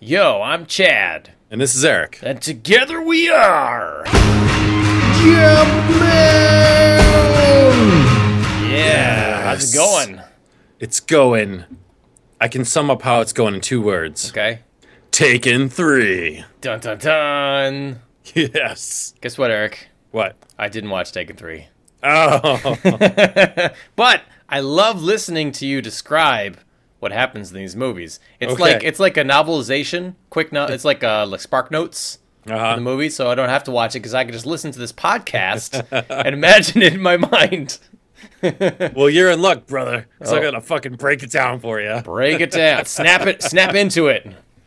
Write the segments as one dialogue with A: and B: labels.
A: Yo, I'm Chad,
B: And this is Eric.
A: and together we are. Yeah, how's it
B: Yes.
A: going?
B: It's going. I can sum up how it's going in two words.
A: Okay.
B: Taken three.
A: Dun dun dun.
B: Yes.
A: Guess what, Eric?
B: What?
A: I didn't watch Taken Three,
B: Oh.
A: but I love listening to you describe what happens in these movies. It's
B: Okay.
A: like it's like a novelization, quick. No- it's like uh, like Spark Notes.
B: Uh-huh.
A: for the movie, so I don't have to watch it because I can just listen to this podcast and imagine it in my mind.
B: Well, you're in luck, brother. Because
A: Oh.
B: I'm going to fucking break it down for you.
A: Break it down, snap it, snap into it.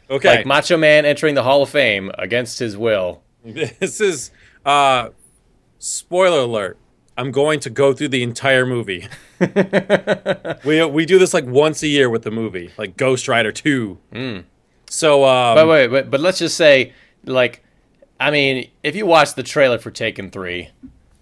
B: Okay.
A: Like Macho Man entering the Hall of Fame against his will.
B: this is, uh, spoiler alert. I'm going to go through the entire movie. we, we do this like once a year with the movie, like Ghost Rider 2. So, um,
A: Hmm. But wait, but, but let's just say, like, I mean, if you watch the trailer for Taken Three,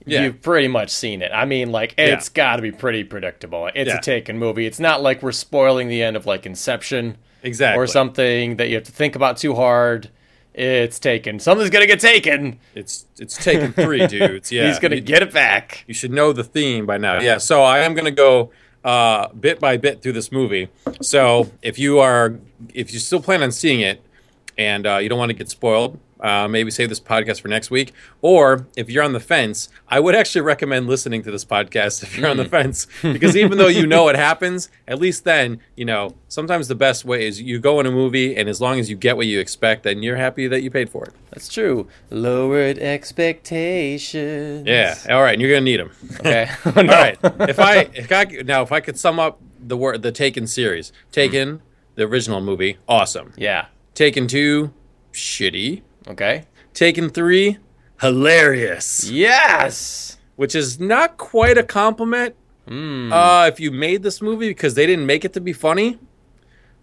B: Yeah.
A: you've pretty much seen it. I mean, like, it's got to be pretty predictable. It's
B: Yeah.
A: a Taken movie. It's not like we're spoiling the end of like Inception
B: exactly.
A: or something that you have to think about too hard. It's Taken. Something's gonna get taken.
B: It's, it's taken three, dudes. Yeah.
A: He's gonna get it back.
B: you should know the theme by now. Yeah, so I am going to go uh, bit by bit through this movie. So if you are, if you still plan on seeing it, and uh, you don't want to get spoiled, uh, maybe save this podcast for next week. Or if you're on the fence, I would actually recommend listening to this podcast if you're on the fence, because even though you know what happens, at least then you know. Sometimes the best way is you go in a movie, and as long as you get what you expect, then you're happy that you paid for it.
A: That's true. Lowered expectations.
B: Yeah. All right, and you're gonna need them.
A: Okay. All
B: All right. If I if I now if I could sum up the word the Taken series, Taken the original movie, awesome.
A: Yeah.
B: Taken two, shitty.
A: Okay.
B: Taken three, hilarious,
A: Yes.
B: which is not quite a compliment. Uh, if you made this movie because they didn't make it to be funny,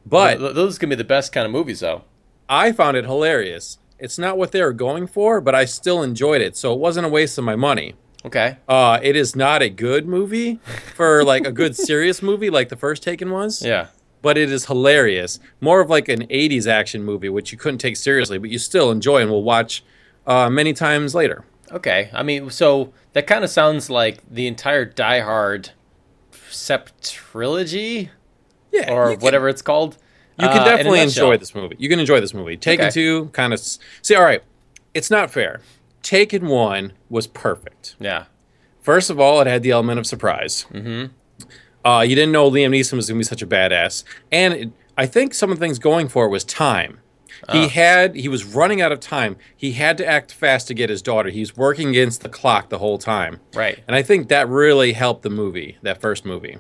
B: but
A: Th- those can be the best kind of movies, though.
B: I found it hilarious. It's not what they were going for, but I still enjoyed it, so it wasn't a waste of my money.
A: Okay.
B: Uh, it is not a good movie for like a good serious movie like the first Taken was.
A: Yeah.
B: but it is hilarious. More of like an 80s action movie, which you couldn't take seriously, but you still enjoy and will watch uh, many times later.
A: Okay. I mean, so that kind of sounds like the entire Die Hard septrilogy
B: Yeah.
A: or
B: you can-
A: whatever it's called.
B: You can
A: uh, in a
B: definitely
A: nutshell.
B: enjoy this movie. You can enjoy this movie. Taken
A: Okay.
B: 2, kind of. See, all right. It's not fair. Taken 1 was perfect.
A: Yeah.
B: First of all, it had the element of surprise. Mm-hmm. Uh, you didn't know Liam Neeson was going to be such a badass, and it, I think some of the things going for it was time. He had he was running out of time. He had to act fast to get his daughter. He's working against the clock the whole time,
A: Right.
B: and I think that really helped the movie, that first movie.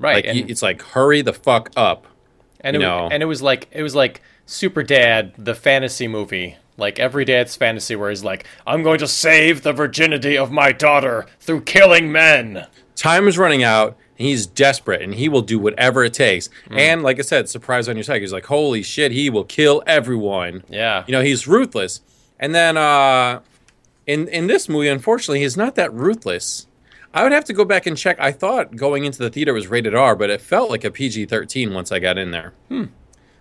A: Right.
B: Like
A: and,
B: you- it's like hurry the fuck up.
A: and, it,
B: you
A: w-
B: know.
A: and it was like it was like Super Dad, the fantasy movie. Like every dad's fantasy, where he's like, "I'm going to save the virginity of my daughter through killing men."
B: Time is running out. And he's desperate, and he will do whatever it takes. And like I said, surprise on your side. He's like, "Holy shit, he will kill everyone."
A: Yeah.
B: you know he's ruthless and then uh in in this movie unfortunately he's not that ruthless i would have to go back and check i thought going into the theater it was rated r but it felt like a pg-13 once i got in there hmm.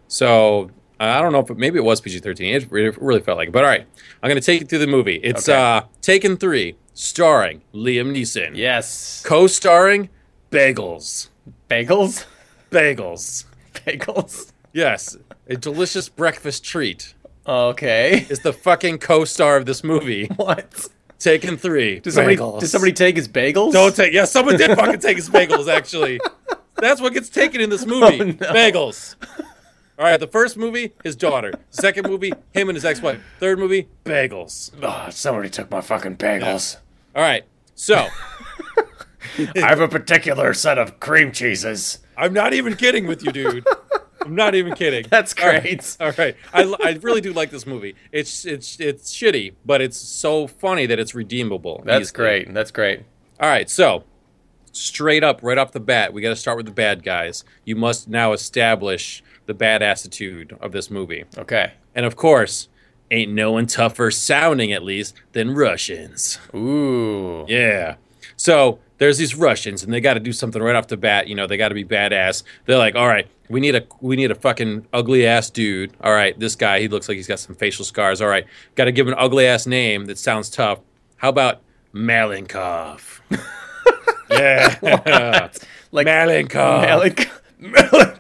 B: so i don't know if it, maybe it was pg-13 it re- really felt like it. but all right i'm going to take you through the movie it's
A: Okay.
B: uh taken three starring liam neeson
A: yes.
B: co-starring bagels
A: Bagels.
B: bagels
A: Bagels.
B: yes a delicious breakfast treat
A: Okay.
B: is the fucking co-star of this movie
A: What?
B: Taken three.
A: Did somebody did somebody take his bagels?
B: Don't take. Yeah, someone did fucking take his bagels. Actually, that's what gets taken in this movie.
A: Oh, no.
B: Bagels. All right. The first movie, his daughter. Second movie, him and his ex-wife. Third movie, bagels.
A: Ah, somebody took my fucking bagels.
B: All right. So
A: I have a particular set of cream cheeses.
B: I'm not even kidding with you, dude. I'm not even kidding.
A: That's
B: All right,
A: great.
B: All right. I, I really do like this movie. It's it's it's shitty, but it's so funny that it's redeemable.
A: That's
B: easily.
A: great. That's great.
B: All right, so straight up, right off the bat, we got to start with the bad guys. You must now establish the bad attitude of this movie,
A: Okay.
B: and of course, ain't no one tougher sounding at least than Russians.
A: Ooh.
B: Yeah. So there's these Russians, and they got to do something right off the bat. You know, they got to be badass. They're like, all right, we need a we need a fucking ugly ass dude. All right, this guy he looks like he's got some facial scars. All right, got to give him an ugly ass name that sounds tough. How about Malenkov? yeah,
A: Like
B: Malenkov.
A: Malik Malik.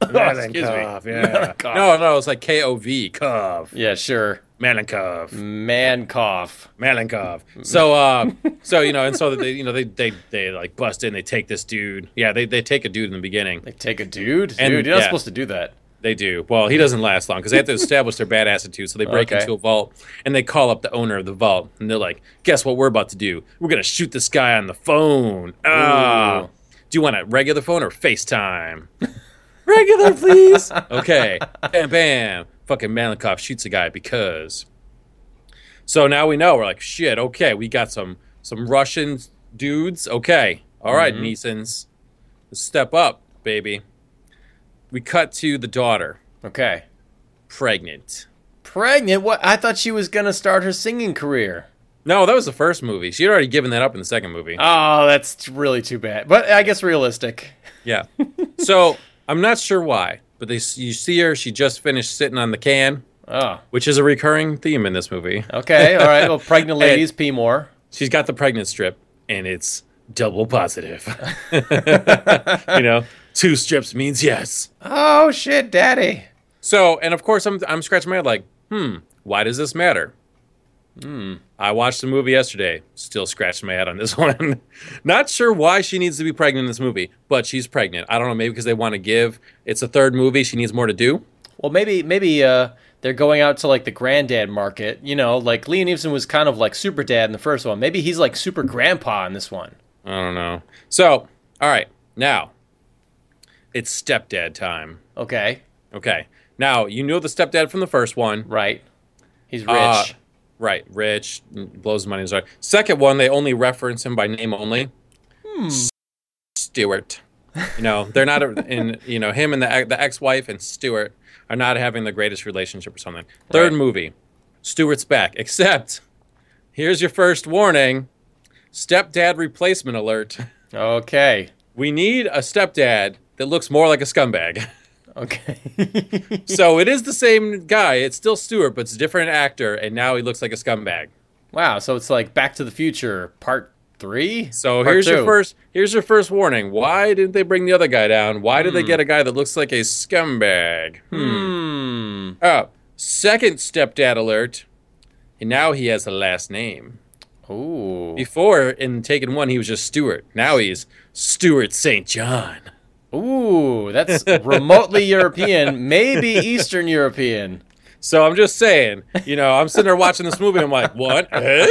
A: Excuse
B: Malenkov,
A: me.
B: yeah.
A: Malenkov.
B: No, no, it's like K O V, Kov,
A: Yeah, sure.
B: Malenkov,
A: Man cough.
B: Malenkov. So, uh, so you know, and so they, you know, they, they, they like bust in, they take this dude. Yeah, they, they take a dude in the beginning.
A: Like take a dude?
B: And-
A: dude, you're not
B: yeah.
A: supposed to do that.
B: They do. Well, he doesn't last long because they have to establish their bad attitude. So they break
A: Okay.
B: into a vault and they call up the owner of the vault and they're like, "Guess what we're about to do? We're gonna shoot this guy on the phone. Ah,
A: Ooh.
B: do you want a regular phone or FaceTime? regular, please. okay. Bam, bam. Fucking Malenkov shoots a guy because. So now we know. We're like, shit. Okay, we got some some Russian dudes. Okay, all right, Neesons, step up, baby. We cut to the daughter
A: Okay.
B: pregnant.
A: Pregnant? What I thought she was gonna start her singing career.
B: No, that was the first movie. She had already given that up in the second movie.
A: Oh, that's really too bad. But I guess realistic.
B: yeah. so I'm not sure why, but they you see her. She just finished sitting on the can,
A: Oh.
B: which is a recurring theme in this movie.
A: Okay, all right. Well pregnant
B: Hey.
A: ladies, pee more.
B: She's got the pregnant strip, and it's double positive. you know, two strips means yes.
A: Oh shit, daddy.
B: So, and of course, I'm I'm scratching my head like, hmm, why does this matter? Hmm. I watched the movie yesterday. Still scratching my head on this one. Not sure why she needs to be pregnant in this movie, but she's pregnant. I don't know. Maybe because they want to give. It's a third movie. She needs more to do.
A: Well, maybe maybe uh, they're going out to like the granddad market. You know, like Liam Neeson was kind of like super dad in the first one. Maybe he's like super grandpa in this one.
B: I don't know. So, all right, now it's stepdad time.
A: Okay,
B: Okay, now you know the stepdad from the first one,
A: right? He's rich.
B: Uh, right? Rich mm, blows money. in his eye. Second one, they only reference him by name only.
A: Hmm.
B: Stewart. You know, they're not in. You know, him and the the ex wife and Stewart are not having the greatest relationship or something. Third
A: Right.
B: movie, Stewart's back. Except, here's your first warning: stepdad replacement alert.
A: okay,
B: We need a stepdad that looks more like a scumbag.
A: okay.
B: so it is the same guy. It's still Stewart, but it's a different actor, and now he looks like a scumbag.
A: wow. So it's like Back to the Future Part Three.
B: So
A: Part
B: here's your
A: two.
B: first here's your first warning. Why didn't they bring the other guy down? Why did they get a guy that looks like a scumbag?
A: Hmm.
B: Hmm. Oh, second stepdad alert. And now he has a last name.
A: Ooh.
B: Before in Taken One, he was just Stewart. Now he's Stewart St. John.
A: Ooh. That's remotely European, maybe Eastern European.
B: So I'm just saying, you know, I'm sitting there watching this movie. And I'm like, what? Eh?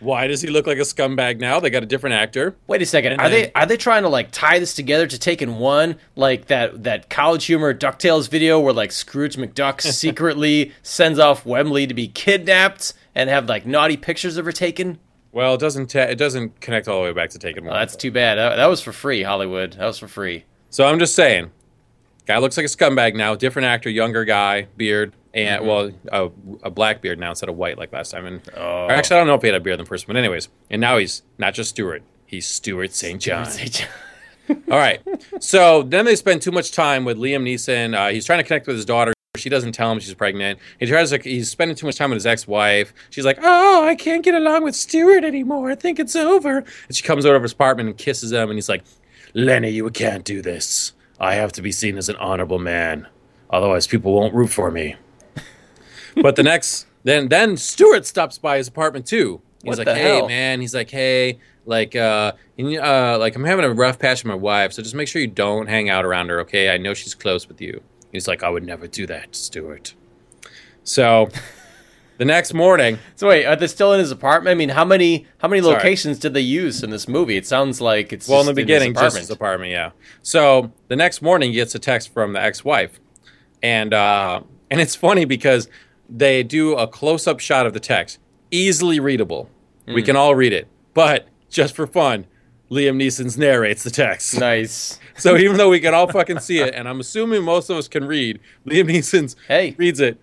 B: Why does he look like a scumbag now? They got a different actor.
A: Wait a second.
B: And
A: Are
B: then-
A: they are they trying to like tie this together to take in one like that that college humor Ducktales video where like Scrooge McDuck secretly sends off Wembley to be kidnapped and have like naughty pictures of her taken?
B: Well, it doesn't ta- it doesn't connect all the way back to Taken One.
A: Oh, that's too bad. That, that was for free, Hollywood. That was for free.
B: So I'm just saying, guy looks like a scumbag now. Different actor, younger guy, beard, and well, a, a black beard now instead of white like last time. And
A: Oh.
B: or actually, I don't know if he had a beard in the first one. Anyways, and now he's not just Stewart; he's Stewart St. John. All right. So then they spend too much time with Liam Neeson. Uh, he's trying to connect with his daughter. She doesn't tell him she's pregnant. He tries to. He's spending too much time with his ex-wife. She's like, "Oh, I can't get along with Stewart anymore. I think it's over." And she comes over to his apartment and kisses him. And he's like, "Lenny, you can't do this. I have to be seen as an honorable man. Otherwise, people won't root for me." but the next, then then Stewart stops by his apartment too. He's
A: What
B: like,
A: the
B: "Hey,
A: hell?"
B: man." and he's like, "Hey, like, uh, you- uh, like I'm having a rough patch with my wife, so just make sure you don't hang out around her, okay? I know she's close with you." He's like, "I would never do that, Stuart." So, the next morning,
A: So wait, are they still in his apartment? I mean, how many how many
B: Sorry.
A: locations did they use in this movie? It sounds like it's
B: well, in
A: just
B: the
A: his
B: beginning, just his
A: apartment.
B: apartment, yeah. So the next morning, he gets a text from the ex-wife, and uh, and it's funny because they do a close-up shot of the text, easily readable. We
A: Hmm.
B: can all read it, but just for fun, Liam Neeson's narrates the text.
A: nice.
B: So even though we can all fucking see it, and I'm assuming most of us can read, Liam Neeson's
A: Hey.
B: reads it.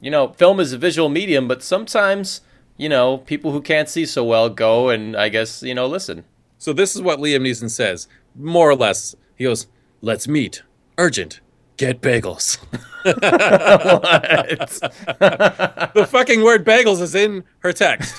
A: you know, film is a visual medium, but sometimes, you know, people who can't see so well go and I guess, you know, listen.
B: So this is what Liam Neeson says, more or less. He goes, "Let's meet Urgent. Get bagels. the fucking word bagels is in her text.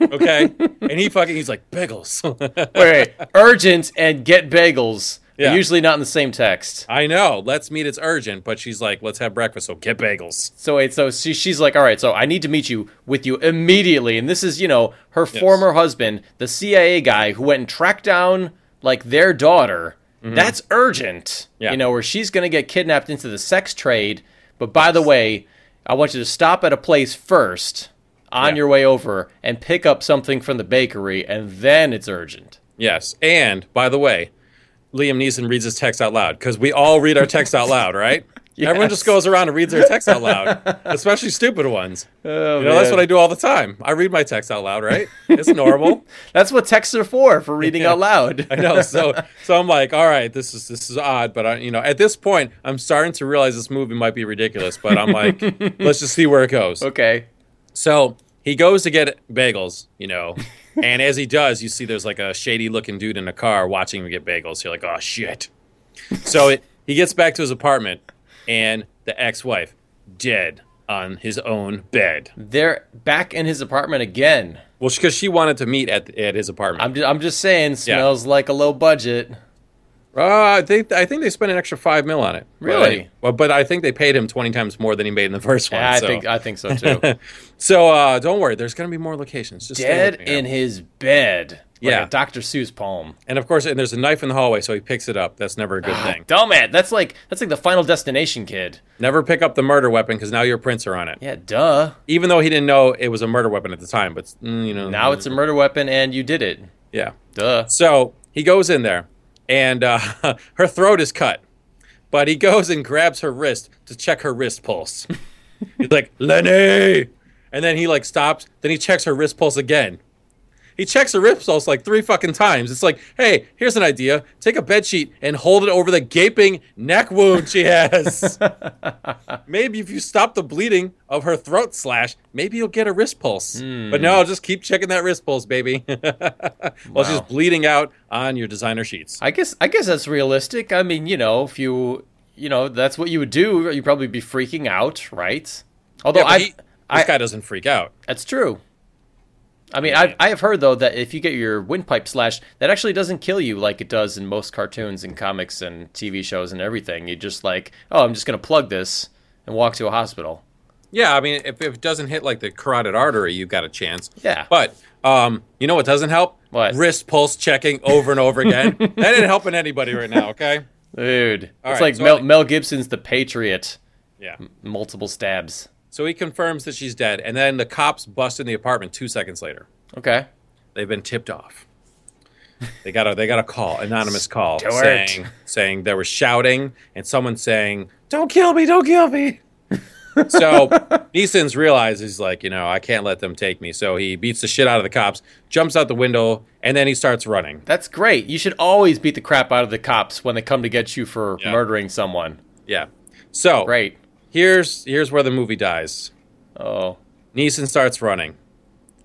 B: Okay? and he fucking, he's like, bagels.
A: Wait, wait. urgent and get bagels.
B: Yeah.
A: Usually not in the same text.
B: I know. Let's meet. It's urgent. But she's like, let's have breakfast. So get bagels.
A: So wait, so she, she's like, all right, so I need to meet you with you immediately. And this is, you know, her former husband, the CIA guy who went and tracked down like their daughter. That's urgent.
B: Mm-hmm. Yeah.
A: You know, where she's going to get kidnapped into the sex trade. But by the way, I want you to stop at a place first on
B: Yeah.
A: your way over and pick up something from the bakery, and then it's urgent.
B: Yes. And by the way, Liam Neeson reads his text out loud because we all read our text out loud, right? Everyone just goes around and reads their text out loud, especially stupid ones.
A: Oh,
B: you know, that's what I do all the time. I read my text out loud, right? It's normal.
A: That's what texts are for, for reading out loud.
B: I know. So, so I'm like, all right, this is this is odd, but I, you know, at this point, I'm starting to realize this movie might be ridiculous. But I'm like, let's just see where it goes.
A: Okay.
B: So he goes to get bagels, you know, and as he does, you see there's like a shady looking dude in a car watching him get bagels. You're like, oh shit. So it, he gets back to his apartment, and the ex wife dead on his own bed.
A: They're back in his apartment again.
B: Well, because she wanted to meet at, at his apartment.
A: I'm just, I'm just saying, smells like a low budget.
B: Uh, they, I think they spent an extra five mil on it. But-
A: Really?
B: Well, but I think they paid him 20 times more than he made in the first one.
A: Yeah, I
B: so.
A: think uh, I think so too.
B: so uh, don't worry, there's going to be more locations. Just stay
A: Dead
B: with me here.
A: in his bed. Like
B: Yeah.
A: a Dr. Seuss poem.
B: And of course, and there's a knife in the hallway, so he picks it up. That's never a good thing.
A: Dumb it. That's like that's like the final destination kid.
B: Never pick up the murder weapon because now your prints are on it.
A: Yeah, duh.
B: Even though he didn't know it was a murder weapon at the time, but mm, you know
A: Now it's a murder weapon and you did it.
B: yeah.
A: Duh.
B: So he goes in there, and uh, her throat is cut, but he goes and grabs her wrist to check her wrist pulse. He's like Lenny, and then he like stops. Then he checks her wrist pulse again. He checks her wrist pulse like three fucking times. It's like, hey, here's an idea: take a bed sheet and hold it over the gaping neck wound she has. maybe if you stop the bleeding of her throat slash, maybe you'll get a wrist pulse. But no, just keep checking that wrist pulse, baby. While she's bleeding out on your designer sheets.
A: I guess I guess that's realistic. I mean, you know, if you you know, that's what you would do, you'd probably be freaking out, right? Although
B: Yeah, but
A: I've-
B: he-
A: I
B: this guy doesn't freak out.
A: That's true. I mean, I've, I have heard though that if you get your windpipe slashed, that actually doesn't kill you like it does in most cartoons and comics and TV shows and everything. You just like, oh, I'm just gonna plug this and walk to a hospital.
B: Yeah, I mean, if, if it doesn't hit like the carotid artery, you've got a chance.
A: Yeah.
B: But um, you know what doesn't help?
A: What?
B: Wrist pulse checking over and over again. that ain't helping anybody right now, okay?
A: Dude,
B: All
A: it's
B: right,
A: like
B: so
A: Mel,
B: I-
A: Mel Gibson's The Patriot,
B: Yeah.
A: multiple stabs.
B: So he confirms that she's dead, and then the cops bust in the apartment two seconds later.
A: Okay,
B: they've been tipped off. They got a they got a call, anonymous call,
A: Stuart.
B: saying saying there was shouting and someone saying, "Don't kill me, don't kill me." so Neeson's realizes like you know I can't let them take me, so he beats the shit out of the cops, jumps out the window, and then he starts running.
A: that's great. You should always beat the crap out of the cops when they come to get you for
B: Yeah.
A: murdering someone.
B: Yeah. So
A: Great.
B: here's here's where the movie dies.
A: Oh,
B: Neeson starts running.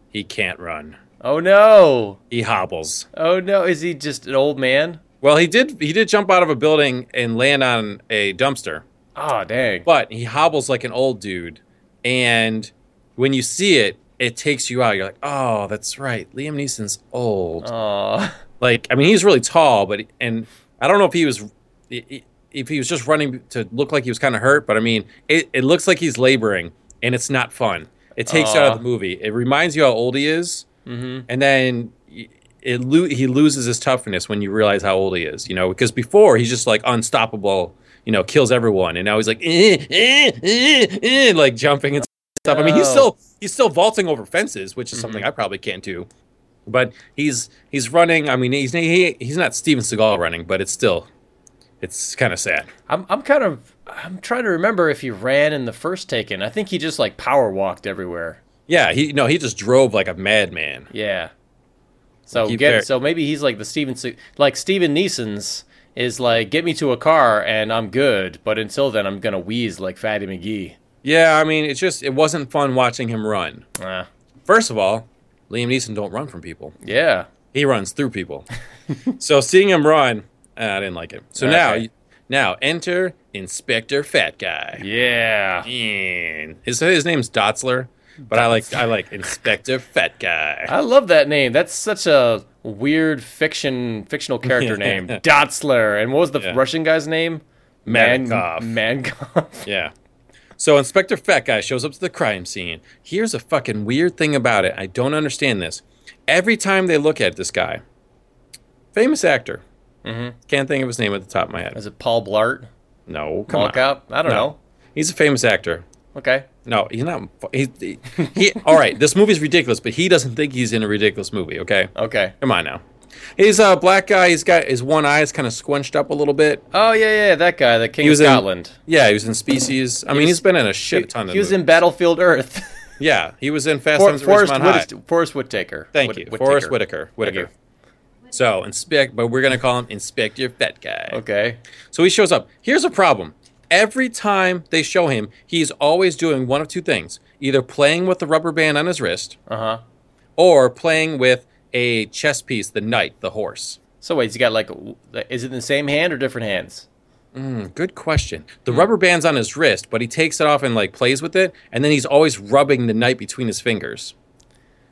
B: He can't run.
A: oh no,
B: He hobbles.
A: oh no. Is he just an old man?
B: Well, he did he did jump out of a building and land on a dumpster.
A: Ah, dang.
B: but he hobbles like an old dude and when you see it it takes you out you're like oh that's right liam neeson's old
A: Aw.
B: like i mean he's really tall but and i don't know if he was if he was just running to look like he was kind of hurt but i mean it, it looks like he's laboring and it's not fun it takes you out
A: Aw.
B: of the movie it reminds you how old he is mm-hmm. and then y- it lo- he loses his toughness when you realize how old he is you know because before he's just like unstoppable you know kills everyone and now he's like eh, eh, eh, eh, like jumping and stuff i mean he's
A: Oh.
B: still he's still vaulting over fences which is something i probably can't do but he's he's running. I mean, he's he, he's not Steven Seagal running, but it's still it's kind of sad.
A: I'm I'm kind of I'm trying to remember if he ran in the first Taken. I think he just like power walked everywhere.
B: Yeah, he no, he just drove like a madman.
A: Yeah. So
B: Keep
A: get
B: fair.
A: so maybe he's like the Steven Se- like Steven Neeson's is like get me to a car and I'm good, but until then I'm gonna wheeze like Fatty McGee.
B: Yeah, I mean, it's just it wasn't fun watching him run.
A: Ah,
B: First of all, Liam Neeson don't run from people;
A: yeah.
B: he runs through people. so seeing him run, uh, I didn't like it. So now
A: Okay.
B: Now enter Inspector Fat Guy.
A: Yeah.
B: Man. His his name's Dotzler, but I like I like Inspector Fat Guy.
A: I love that name. That's such a weird fiction fictional character name. Dotzler. And what was the
B: Yeah.
A: Russian guy's name?
B: Manikov.
A: Man- Mankov.
B: Yeah. So Inspector Fat Guy shows up to the crime scene. Here's a fucking weird thing about it. I don't understand this. Every time they look at this guy, famous actor. Mm-hmm. Can't think of his name at the top of my head.
A: Is it Paul Blart?
B: No, come
A: Paul
B: on.
A: Cop? I don't
B: No.
A: know.
B: He's a famous actor.
A: Okay.
B: No, he's not. He, he, he- all right, this movie's ridiculous, but he doesn't think he's in a ridiculous movie. Okay,
A: Okay.
B: come on now. He's a black guy. He's got his one eye is kind of squunched up a little bit.
A: Oh yeah, yeah, that guy, the King
B: was
A: of
B: in-
A: Scotland.
B: Yeah, he was in Species. I mean, he's been in a shit ton of.
A: he was
B: movies.
A: in Battlefield Earth.
B: Yeah, he was in Fast
A: For,
B: Times at Ridgemont
A: Forrest,
B: High.
A: Whitt- Forrest Whitaker.
B: Thank
A: Whit-
B: you, Forrest
A: Whitaker.
B: Whitaker. Whitaker.
A: you.
B: So inspect, but we're gonna call him Inspector Fat Guy.
A: Okay.
B: So he shows up. Here's a problem. Every time they show him, he's always doing one of two things: either playing with the rubber band on his wrist,
A: Uh huh.
B: or playing with a chess piece, the knight, the horse?
A: So wait, he's got like, w- is it in the same hand or different hands?
B: Good question. The rubber band's on his wrist, but he takes it off and like plays with it, and then he's always rubbing the knight between his fingers.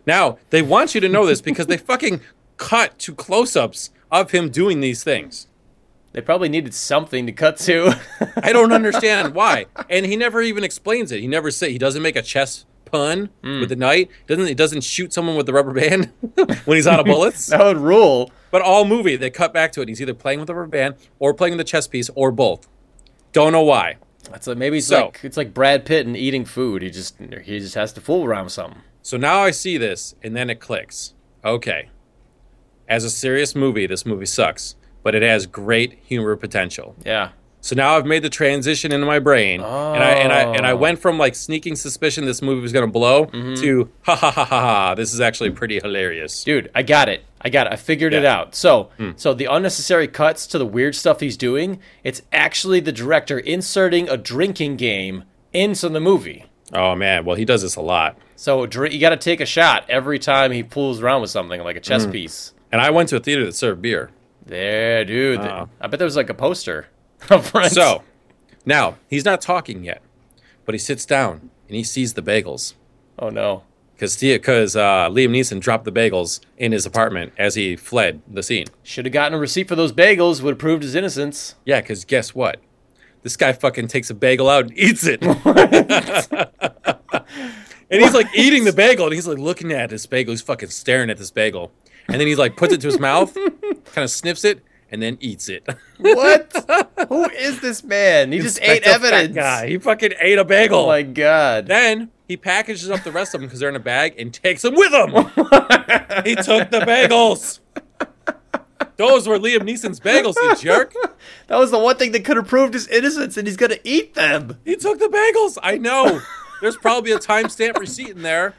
B: Now, they want you to know this because they fucking cut to close ups of him doing these things.
A: They probably needed something to cut to.
B: I don't understand why. And he never even explains it. He never say he doesn't make a chess pun with the knight. Doesn't he doesn't shoot someone with the rubber band when he's out of bullets.
A: that would rule.
B: But all movie, they cut back to it. He's either playing with a rubber band or playing with a chess piece or both. Don't know why.
A: That's like maybe it's
B: So-
A: like it's like Brad Pitt and eating food. He just he just has to fool around with something.
B: So now I see this, and then it clicks. Okay. As a serious movie, this movie sucks, but it has great humor potential.
A: Yeah.
B: So now I've made the transition into my brain, and I and I and I
A: Oh.
B: went from like sneaking suspicion this movie was gonna blow to ha ha ha ha ha. This is actually pretty hilarious.
A: Dude, I got it. I got it. I figured it
B: Yeah. Hmm.
A: out. So, so the unnecessary cuts to the weird stuff he's doing, it's actually the director inserting a drinking game into the movie.
B: Oh man, well he does this a lot.
A: So dr- you got to take a shot every time he fools around with something like a chess
B: Hmm.
A: piece.
B: And I went to a theater that served beer.
A: There, dude. I bet there was like a poster. up front.
B: So now he's not talking yet, but he sits down and he sees the bagels
A: oh no.
B: because because uh, Liam Neeson dropped the bagels in his apartment as he fled the scene.
A: Should have gotten a receipt for those bagels. Would have proved his innocence.
B: Yeah, because guess what? This guy fucking takes a bagel out and eats it. and he's like eating the bagel and he's like looking at this bagel. He's fucking staring at this bagel. And then he's like puts it to his mouth, kind of sniffs it, and then eats it.
A: What? Who is this man? He just ate
B: Inspector Fat
A: evidence.
B: Guy. He fucking ate a bagel.
A: Oh my god.
B: Then he packages up the rest of them because they're in a bag and takes them with him. he took the bagels. Those were Liam Neeson's bagels, you jerk.
A: That was the one thing that could have proved his innocence, and he's gonna eat them.
B: He took the bagels. I know. There's probably a timestamp receipt in there.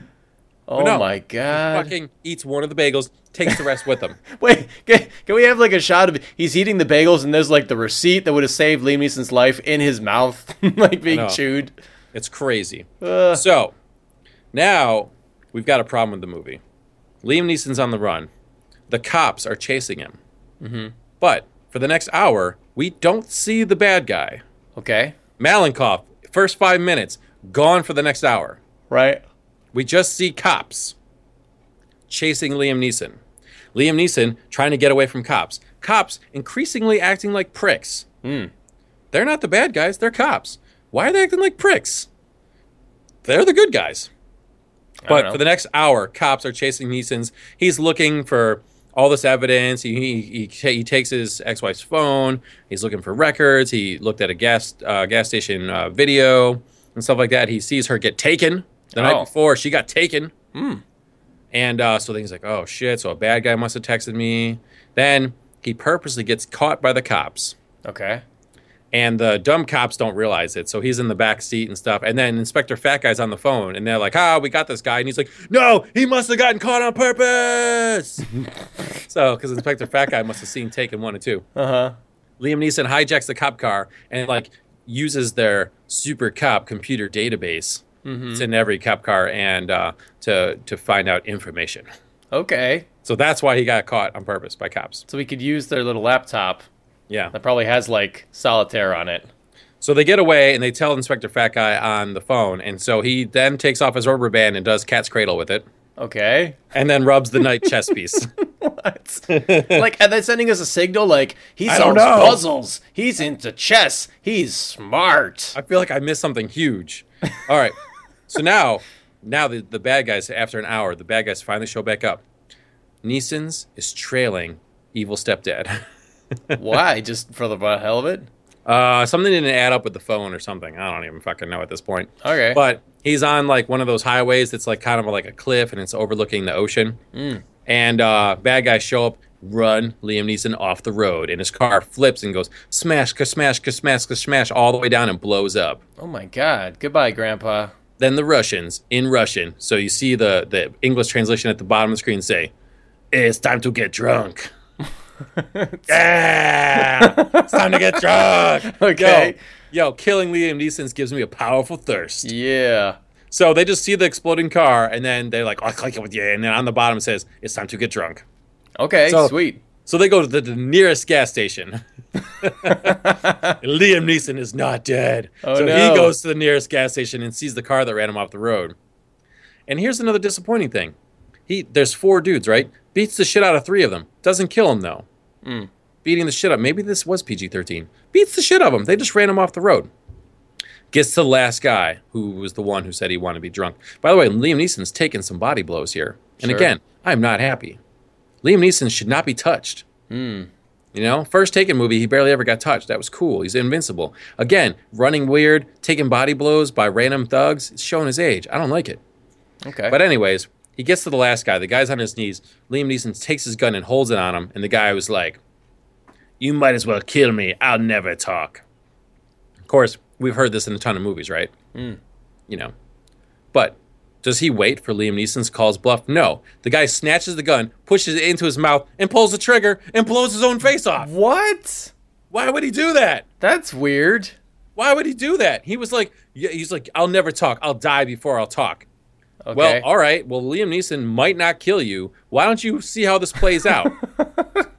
A: Oh
B: no.
A: my god!
B: Fucking eats one of the bagels, takes the rest with him.
A: Wait, can, can we have like a shot of he's eating the bagels, and there's like the receipt that would have saved Liam Neeson's life in his mouth, like being
B: know.
A: chewed.
B: It's crazy.
A: Ugh.
B: So now we've got a problem with the movie. Liam Neeson's on the run. The cops are chasing him. But for the next hour, we don't see the bad guy.
A: Okay,
B: Malenkoff, first five minutes, gone for the next hour.
A: right?
B: We just see cops chasing Liam Neeson. Liam Neeson trying to get away from cops. Cops increasingly acting like pricks. They're not the bad guys, they're cops. Why are they acting like pricks? They're the good guys. But
A: know.
B: for the next hour, cops are chasing Neeson's. He's looking for all this evidence. He, he, he, ta- he takes his ex wife's phone. He's looking for records. He looked at a gas, uh, gas station uh, video and stuff like that. He sees her get taken the
A: Oh.
B: night before. She got taken. And uh, so then he's like, oh shit, so a bad guy must have texted me. Then he purposely gets caught by the cops.
A: Okay,
B: And the dumb cops don't realize it. So he's in the back seat and stuff. And then Inspector Fat Guy's on the phone and they're like, ah, we got this guy. And he's like, no, he must have gotten caught on purpose. so, because Inspector Fat Guy must have seen Taken 1 and 2.
A: uh huh.
B: Liam Neeson hijacks the cop car and like uses their super cop computer database. It's in every cop car and uh, to, to find out information.
A: Okay,
B: So that's why he got caught on purpose by cops.
A: so we could use their little laptop
B: Yeah.
A: That probably has like solitaire on it.
B: So they get away and they tell Inspector Fat Guy on the phone, and so he then takes off his rubber band and does cat's cradle with it,
A: Okay.
B: and then rubs the knight chess piece.
A: What? like, are they sending us a signal? Like, he
B: I
A: solves
B: don't know.
A: puzzles. He's into chess. He's smart.
B: I feel like I missed something huge. All right. So now, now the, the bad guys, after an hour, the bad guys finally show back up. Neeson's is trailing evil stepdad.
A: Why? Just for the hell of it?
B: Uh, something didn't add up with the phone or something. I don't even fucking know at this point.
A: Okay.
B: But he's on like one of those highways that's like kind of like a cliff and it's overlooking the ocean.
A: Mm.
B: And uh, bad guys show up, run Liam Neeson off the road, and his car flips and goes smash, ka smash, ka smash, ka smash all the way down and blows up.
A: oh my God. Goodbye, Grandpa.
B: Then the Russians in Russian. So you see the the English translation at the bottom of the screen say, "It's time to get drunk." yeah, it's time to get drunk.
A: Okay.
B: Yo, yo, killing Liam Neeson gives me a powerful thirst.
A: Yeah.
B: So they just see the exploding car, and then they're like, "Oh, "I click it with you," and then on the bottom it says, "It's time to get drunk."
A: Okay.
B: So-
A: sweet.
B: So they go to the, the nearest gas station. Liam Neeson is not dead.
A: Oh,
B: so
A: no.
B: he goes to the nearest gas station and sees the car that ran him off the road. And here's another disappointing thing. He there's four dudes, right? Beats the shit out of three of them. Doesn't kill him though. Beating the shit up. Maybe this was PG-13. Beats the shit out of him. They just ran him off the road. Gets to the last guy, who was the one who said he wanted to be drunk. By the way, Liam Neeson's taking some body blows here. And
A: Sure.
B: again, I'm not happy. Liam Neeson should not be touched. You know, first Taken movie, he barely ever got touched. That was cool. He's invincible. Again, running weird, taking body blows by random thugs, it's showing his age. I don't like it.
A: Okay.
B: But anyways, he gets to the last guy. The guy's on his knees. Liam Neeson takes his gun and holds it on him, and the guy was like, "You might as well kill me. I'll never talk." Of course, we've heard this in a ton of movies, right? You know, but does he wait for Liam Neeson's calls bluff? No. The guy snatches the gun, pushes it into his mouth, and pulls the trigger and blows his own face off.
A: what?
B: Why would he do that?
A: That's weird.
B: Why would he do that? He was like, yeah, he's like, I'll never talk. I'll die before I'll talk.
A: Okay.
B: Well, all right. Well, Liam Neeson might not kill you. Why don't you see how this plays out?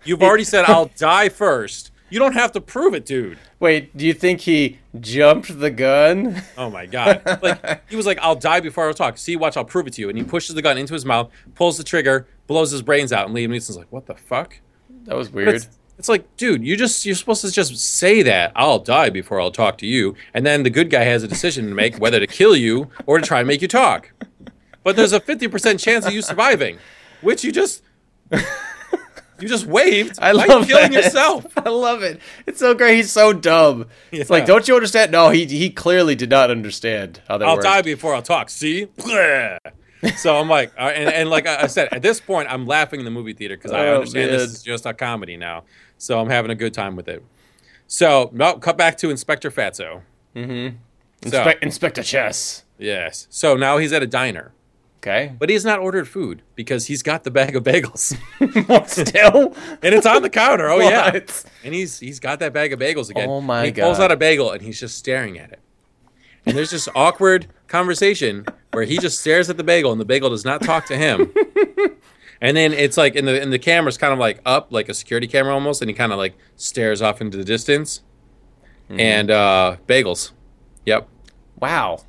B: You've already said I'll die first. You don't have to prove it, dude.
A: Wait, do you think he jumped the gun?
B: Oh my god! Like he was like, "I'll die before I'll talk." See, watch, I'll prove it to you. And he pushes the gun into his mouth, pulls the trigger, blows his brains out, and Liam Neeson's like, "What the fuck?"
A: That was weird.
B: It's, it's like, dude, you just you're supposed to just say that I'll die before I'll talk to you, and then the good guy has a decision to make whether to kill you or to try and make you talk. But there's a fifty percent chance of you surviving, which you just you just waived.
A: I
B: by
A: love
B: killing
A: that.
B: yourself.
A: I love it. It's so great. He's so dumb. It's
B: Yeah.
A: like, don't you understand? No, he he clearly did not understand how that
B: I'll
A: worked.
B: die before I'll talk. See? Bleh. so I'm like, uh, and, and like I I said, at this point, I'm laughing in the movie theater because I
A: Oh,
B: understand
A: man.
B: this is just a comedy now. So I'm having a good time with it. So, no, cut back to Inspector Fatso. Mm-hmm. So,
A: Inspe- Inspector Chess.
B: yes. So now he's at a diner,
A: Okay.
B: but he's not ordered food because he's got the bag of bagels,
A: But still.
B: and it's on the counter. Oh yeah,
A: What?
B: and he's he's got that bag of bagels again.
A: Oh, my
B: and he pulls
A: God.
B: out a bagel and he's just staring at it. And there's this awkward conversation where he just stares at the bagel and the bagel does not talk to him. and then it's like in the and the camera's kind of like up, like a security camera almost, and he kind of like stares off into the distance.
A: Mm-hmm.
B: And uh bagels. Yep.
A: Wow.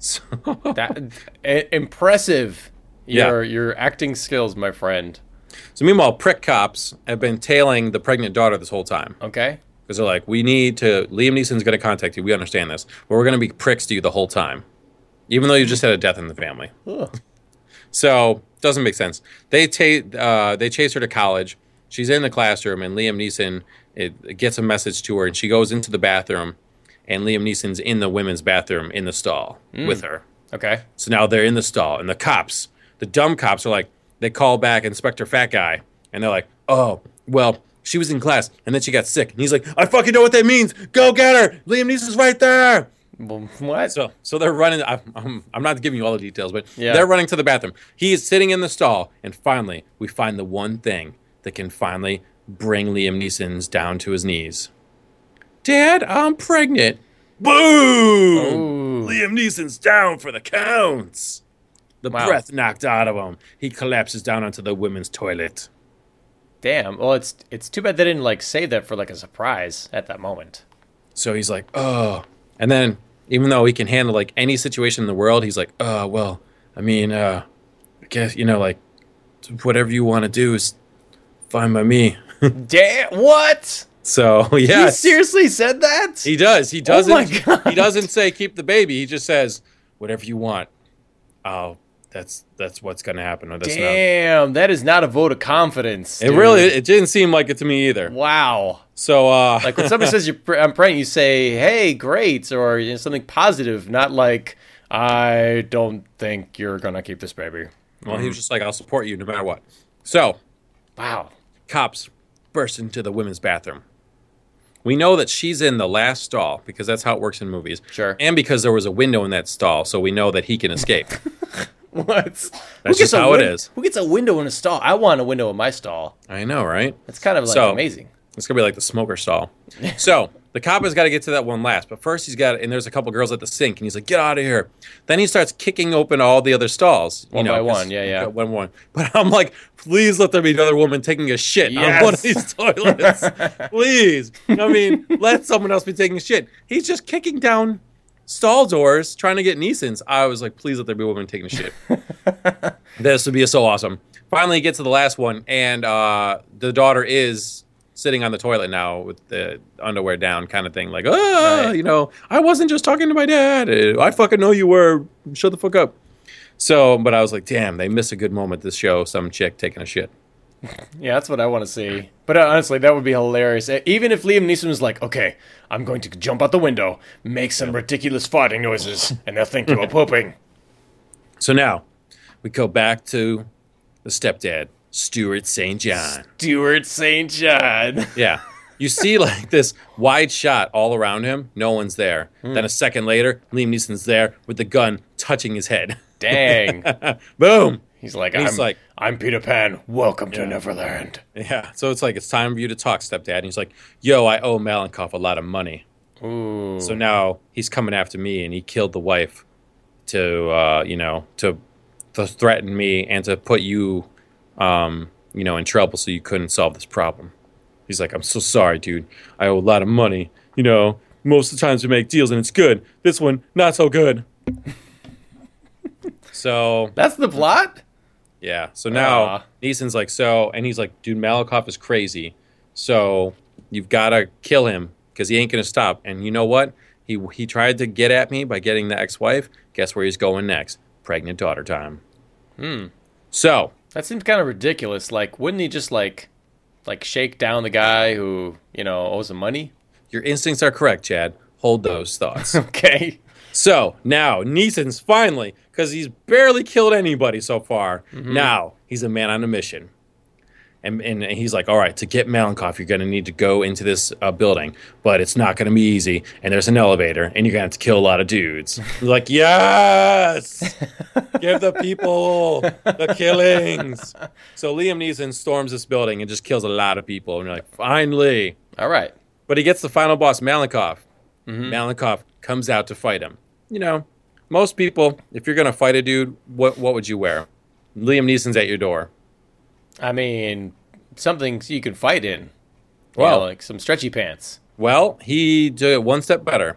A: That i- impressive.
B: Yeah.
A: Your your acting skills, my friend.
B: so meanwhile, prick cops have been tailing the pregnant daughter this whole time.
A: Okay.
B: Because they're like, we need to. Liam Neeson's going to contact you. We understand this, but we're going to be pricks to you the whole time, even though you just had a death in the family.
A: Ugh.
B: So doesn't make sense. They ta- uh, they chase her to college. She's in the classroom, and Liam Neeson it, gets a message to her, and she goes into the bathroom, and Liam Neeson's in the women's bathroom in the stall with her.
A: Okay.
B: So now they're in the stall, and the cops, the dumb cops, are like, they call back Inspector Fat Guy, and they're like, oh, well, she was in class, and then she got sick. And he's like, I fucking know what that means. Go get her. Liam Neeson's right there.
A: Well, what?
B: So, so they're running. I'm, I'm, I'm not giving you all the details, but
A: Yeah.
B: they're running to the bathroom. He is sitting in the stall, and finally, we find the one thing that can finally bring Liam Neeson's down to his knees. Dad, I'm pregnant. Boom!
A: Ooh.
B: Liam Neeson's down for the counts. The
A: Wow.
B: breath knocked out of him. He collapses down onto the women's toilet.
A: Damn. Well, it's it's too bad they didn't like save that for like a surprise at that moment.
B: So he's like, oh. And then, even though he can handle like any situation in the world, he's like, oh, well, I mean, uh, I guess, you know, like, whatever you want to do is fine by me.
A: Damn. What?
B: So,
A: He
B: yeah.
A: seriously said that?
B: He does. He doesn't.
A: Oh my God.
B: He doesn't say keep the baby. He just says whatever you want. Oh, that's that's what's going to happen. Or that's not.
A: Damn. That is not a vote of confidence.
B: It
A: dude.
B: really. It didn't seem like it to me either.
A: Wow.
B: So, uh,
A: Like when somebody says you're pr- I'm praying, you say, "Hey, great," or you know, something positive, not like I don't think you're gonna keep this baby.
B: well, he was just like, I'll support you no matter what. So,
A: Wow.
B: cops burst into the women's bathroom. We know that she's in the last stall because that's how it works in movies.
A: Sure.
B: And because there was a window in that stall, so we know that he can escape.
A: What?
B: That's just how it is.
A: Who gets a window in a stall? I want a window in my stall.
B: I know, right?
A: That's kind of like
B: So-
A: amazing.
B: It's gonna be like the smoker stall. So the cop has got to get to that one last, but first he's got and there's a couple girls at the sink, and he's like, "Get out of here!" Then he starts kicking open all the other stalls, you
A: One
B: know,
A: by
B: 'cause
A: one, yeah,
B: we've
A: yeah.
B: got one one. But I'm like, please let there be another woman taking a shit on one of
A: Yes.
B: these toilets, please. I mean, let someone else be taking a shit. He's just kicking down stall doors trying to get Neeson's. I was like, please let there be a woman taking a shit. this would be so awesome. Finally, get to the last one, and uh, the daughter is sitting on the toilet now with the underwear down, kind of thing. Like, ah,
A: Right.
B: you know, I wasn't just talking to my dad. Uh, I fucking know you were. Shut the fuck up. So, but I was like, damn, they miss a good moment this show. Some chick taking a shit.
A: Yeah, that's what I want to see. But uh, honestly, that would be hilarious. Uh, Even if Liam Neeson was like, "Okay, I'm going to jump out the window, make some ridiculous farting noises, and they'll think you were pooping."
B: So now we go back to the stepdad, Stuart St. John.
A: Stuart St. John.
B: Yeah. You see like this wide shot all around him. No one's there. Then a second later, Liam Neeson's there with the gun touching his head.
A: Dang.
B: Boom.
A: He's like,
B: And
A: I'm,
B: he's like-
A: I'm Peter Pan. Welcome to Neverland.
B: Yeah. So it's like it's time for you to talk, stepdad. And he's like, "Yo, I owe Malenkoff a lot of money.
A: Ooh.
B: So now he's coming after me, and he killed the wife to, uh, you know, to to threaten me and to put you, um, you know, in trouble, so you couldn't solve this problem." He's like, "I'm so sorry, dude. I owe a lot of money. You know, most of the times we make deals and it's good. This one, not so good." so
A: That's the plot?
B: yeah. So now
A: Aw.
B: Neeson's like, so, and he's like, dude, Malakoff is crazy. So you've got to kill him because he ain't gonna stop. And you know what? He he tried to get at me by getting the ex-wife. Guess where he's going next? Pregnant daughter time. Hmm. So
A: That seems kind of ridiculous. Like, wouldn't he just, like, like shake down the guy who, you know, owes him money?
B: your instincts are correct, Chad. Hold those thoughts.
A: Okay.
B: So now Neeson's finally, because he's barely killed anybody so far. Now he's a man on a mission. And, and he's like, all right, to get Malenkoff, you're going to need to go into this uh, building, but it's not going to be easy. And there's an elevator, and you're going to have to kill a lot of dudes. He's like, yes, give the people the killings. So Liam Neeson storms this building and just kills a lot of people. And you're like, finally.
A: All right.
B: But he gets the final boss, Malenkoff.
A: Mm-hmm.
B: Malenkoff comes out to fight him. You know, most people, if you're gonna fight a dude, what what would you wear? Liam Neeson's at your door.
A: I mean, something you can fight in. You
B: Well-
A: know, like some stretchy pants.
B: Well, he did it one step better.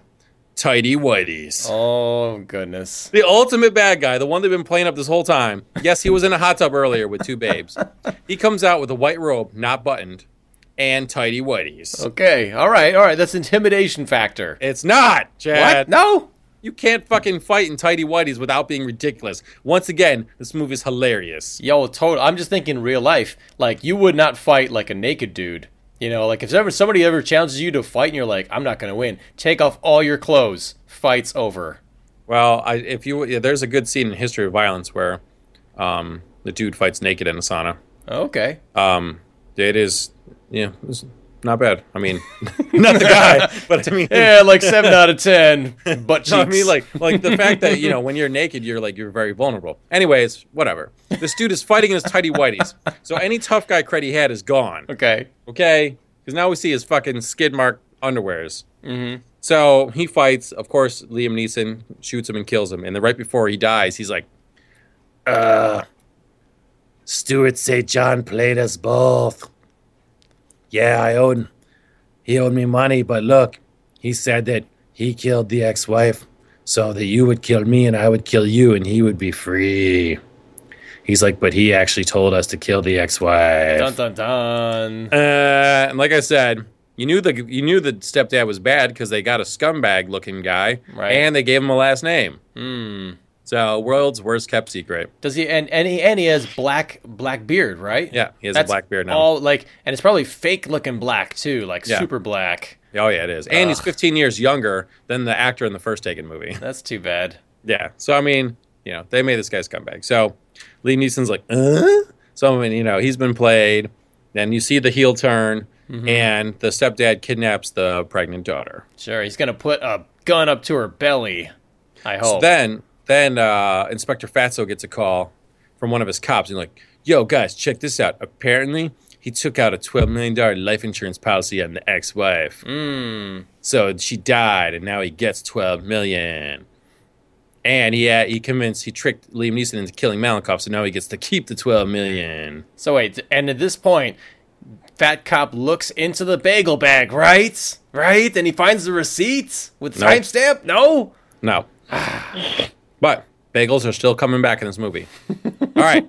B: Tidy whiteys.
A: Oh, goodness.
B: The ultimate bad guy, the one they've been playing up this whole time. Yes, he was in a hot tub earlier with two babes. He comes out with a white robe, not buttoned, and tidy whiteys.
A: Okay. All right. All right. That's intimidation factor.
B: It's not,
A: What?
B: Chad.
A: No?
B: You can't fucking fight in tidy whiteys without being ridiculous. Once again, this movie's hilarious.
A: Yo, total. I'm just thinking real life. Like you would not fight like a naked dude. You know, like if ever somebody ever challenges you to fight and you're like, I'm not gonna win. Take off all your clothes. Fight's over.
B: Well, I, if you yeah, there's a good scene in History of Violence where um, the dude fights naked in a sauna.
A: Okay.
B: Um, it is yeah, it's not bad. I mean, not the guy, but I mean,
A: yeah, like seven out of ten. Butt cheeks.
B: no, I mean like like the fact that you know when you're naked, you're like you're very vulnerable. Anyways, whatever. This dude is fighting in his tidy whities, so any tough guy cred he had is gone.
A: okay.
B: okay? Because now we see his fucking skid mark underwears. Mm-hmm. So he fights. Of course, Liam Neeson shoots him and kills him. And then right before he dies, he's like, uh, Stuart St. John played us both. Yeah, I owed he owed me money, but look, he said that he killed the ex wife so that you would kill me and I would kill you and he would be free. He's like, but he actually told us to kill the ex
A: Dun
B: wife.
A: dun dun.
B: Uh, and like I said, you knew the you knew the stepdad was bad because they got a scumbag looking guy
A: Right.
B: and they gave him a last name.
A: Hmm.
B: So world's worst kept secret.
A: Does he and and he, and he has black black beard, right?
B: Yeah, he has a
A: That's
B: black beard now.
A: All like, and it's probably fake looking black too, like
B: Yeah.
A: super black.
B: Oh yeah, it is. And he's
A: Ugh.
B: 15 years younger than the actor in the first Taken movie.
A: That's too bad.
B: Yeah. So I mean, you know, they made this guy scumbag. So Liam Neeson's like, uh? So I mean, you know, he's been played. Then you see the heel turn,
A: Mm-hmm.
B: and the stepdad kidnaps the pregnant daughter.
A: Sure, he's gonna put a gun up to her belly. I
B: So
A: hope.
B: then, then uh, Inspector Fatso gets a call from one of his cops, and like, yo guys, check this out. Apparently, he took out a 12 million dollar life insurance policy on the ex-wife.
A: Mm.
B: So she died, and now he gets twelve million. And he uh, he convinced he tricked Liam Neeson into killing Malenkoff, so now he gets to keep the twelve million.
A: So wait, and at this point, Fat Cop looks into the bagel bag, right? Right, and he finds the receipts with the
B: Nope.
A: timestamp. No,
B: No, but bagels are still coming back in this movie. All right.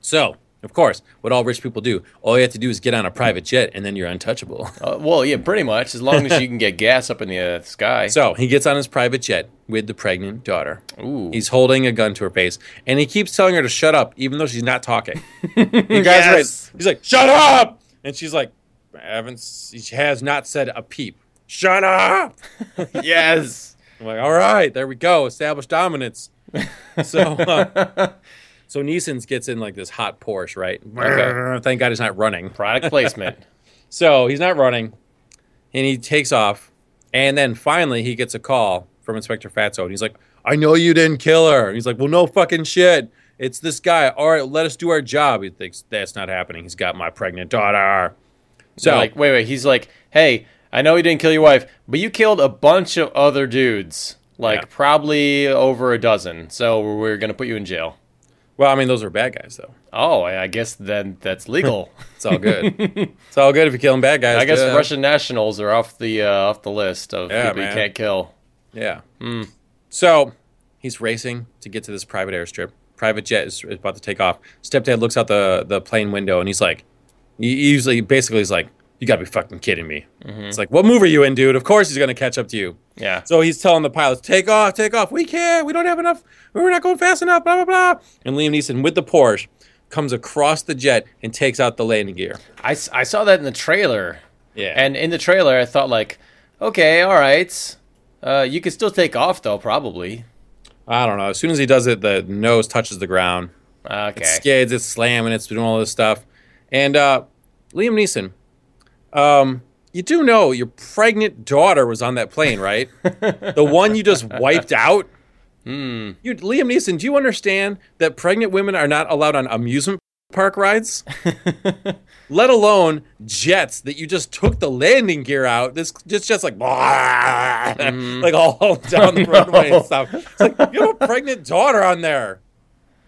B: So of course, what all rich people do, all you have to do is get on a private jet, and then you're untouchable.
A: Uh, well, yeah, pretty much. As long as you can get gas up in the uh, sky.
B: So he gets on his private jet with the pregnant daughter.
A: Ooh.
B: He's holding a gun to her face, and he keeps telling her to shut up, even though she's not talking. He grabs her
A: Yes.
B: right- He's like, "Shut up!" And she's like, "I haven't. s- She has not said a peep. Shut up!"
A: yes.
B: I'm like, "All right, there we go. Established dominance." So, uh, so Neeson gets in like this hot Porsche, right?
A: Okay.
B: Thank God he's not running.
A: Product placement.
B: So he's not running, and he takes off, and then finally he gets a call from Inspector Fatso, and he's like, "I know you didn't kill her." And he's like, "Well, no fucking shit. It's this guy. All right, let us do our job." He thinks that's not happening. He's got my pregnant daughter. So
A: They're like, wait, wait. He's like, hey, I know you didn't kill your wife, but you killed a bunch of other dudes, like
B: Yeah.
A: probably over a dozen. So we're gonna put you in jail.
B: Well, I mean, those are bad guys, though.
A: Oh, I I guess then that's legal.
B: It's all good. it's all good if you're killing bad guys. uh,
A: I guess
B: yeah.
A: Russian nationals are off the uh, off the list of
B: Yeah,
A: people
B: man.
A: you can't kill.
B: Yeah. Mm. So he's racing to get to this private airstrip. Private jet is, is about to take off. Stepdad looks out the, the plane window and he's like, he he usually basically he's like, you gotta be fucking kidding me. It's like, what move are you in, dude? Of course he's gonna catch up to you.
A: Yeah.
B: So he's telling the pilots, take off, take off. We can't. We don't have enough. We're not going fast enough. Blah blah blah. And Liam Neeson with the Porsche comes across the jet and takes out the landing gear.
A: I, s- I saw that in the trailer.
B: Yeah.
A: And in the trailer, I thought like, okay, all right, uh, you could still take off though, probably.
B: I don't know. As soon as he does it, the nose touches the ground.
A: Okay.
B: It skids, it's slamming, it's doing all this stuff. And uh, Liam Neeson, um, you do know your pregnant daughter was on that plane, right? the one you just wiped out. You, Liam Neeson, do you understand that pregnant women are not allowed on amusement park rides, let alone jets that you just took the landing gear out? This just just like like all down the runway and stuff. It's like you have a pregnant daughter on there.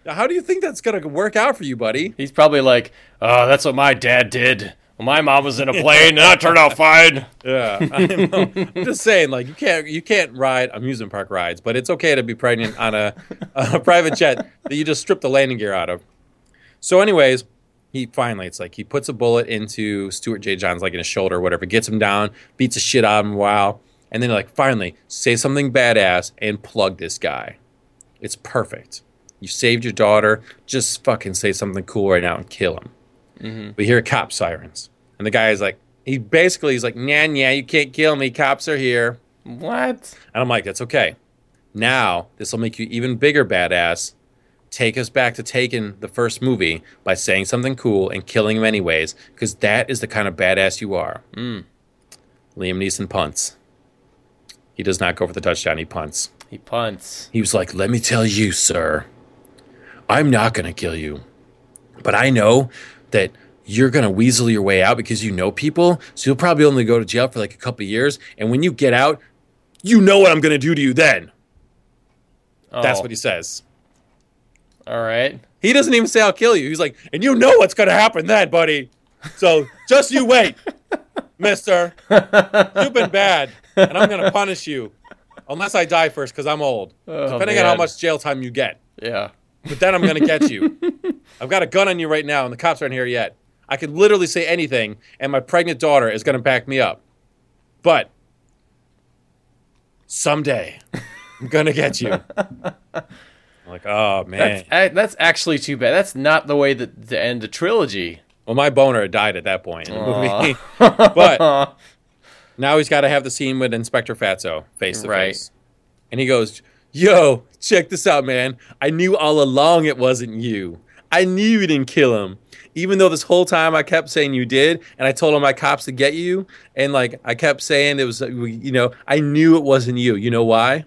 B: Now, How do you think that's gonna work out for you, buddy?
A: He's probably like, oh, that's what my dad did. Well, my mom was in a plane and that turned out fine.
B: Yeah, I know. I'm just saying, like you can't you can't ride amusement park rides, but it's okay to be pregnant on a, a private jet that you just strip the landing gear out of. So, anyways, he finally it's like he puts a bullet into Stuart J. John's like in his shoulder, or whatever, gets him down, beats the shit out of him, wow, and then like finally say something badass and plug this guy. It's perfect. You saved your daughter. Just fucking say something cool right now and kill him. We hear cop sirens, and the guy is like, he basically is like, "Nah, nah, you can't kill me. Cops are here."
A: What?
B: And I'm like, "That's okay. Now this will make you even bigger badass. Take us back to Taken, the first movie, by saying something cool and killing him anyways, because that is the kind of badass you are." Hmm. Liam Neeson punts. He does not go for the touchdown. He punts.
A: He punts.
B: He was like, Let me tell you, sir, I'm not going to kill you. But I know that you're going to weasel your way out because you know people. So you'll probably only go to jail for like a couple of years. And when you get out, you know what I'm going to do to you then.
A: Oh,
B: That's what he says.
A: All right.
B: He doesn't even say, I'll kill you. He's like, And you know what's going to happen then, buddy. So just you wait, mister. You've been bad, and I'm going to punish you. Unless I die first because I'm old.
A: Oh,
B: Depending on
A: man.
B: how much jail time you get.
A: Yeah.
B: But then I'm going to get you. I've got a gun on you right now, and the cops aren't here yet. I could literally say anything, and my pregnant daughter is going to back me up. But someday, I'm going to get you. I'm like, oh, man.
A: That's a- that's actually too bad. That's not the way that to end a trilogy.
B: Well, my boner died at that point in the movie.
A: Aw.
B: but now he's got to have the scene with Inspector Fatso face to
A: Right.
B: face. And he goes, Yo, check this out, man. I knew all along it wasn't you. I knew you didn't kill him. Even though this whole time I kept saying you did, and I told all my cops to get you, and like I kept saying it was, uh, you know, I knew it wasn't you. You know why?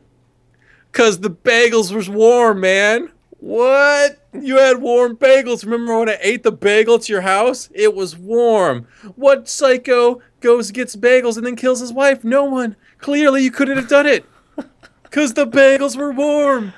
B: Because the bagels was warm, man. What? You had warm bagels. Remember when I ate the bagel to your house? It was warm. What psycho goes gets bagels and then kills his wife? No one. Clearly, you couldn't have done it. Because the bagels were warm.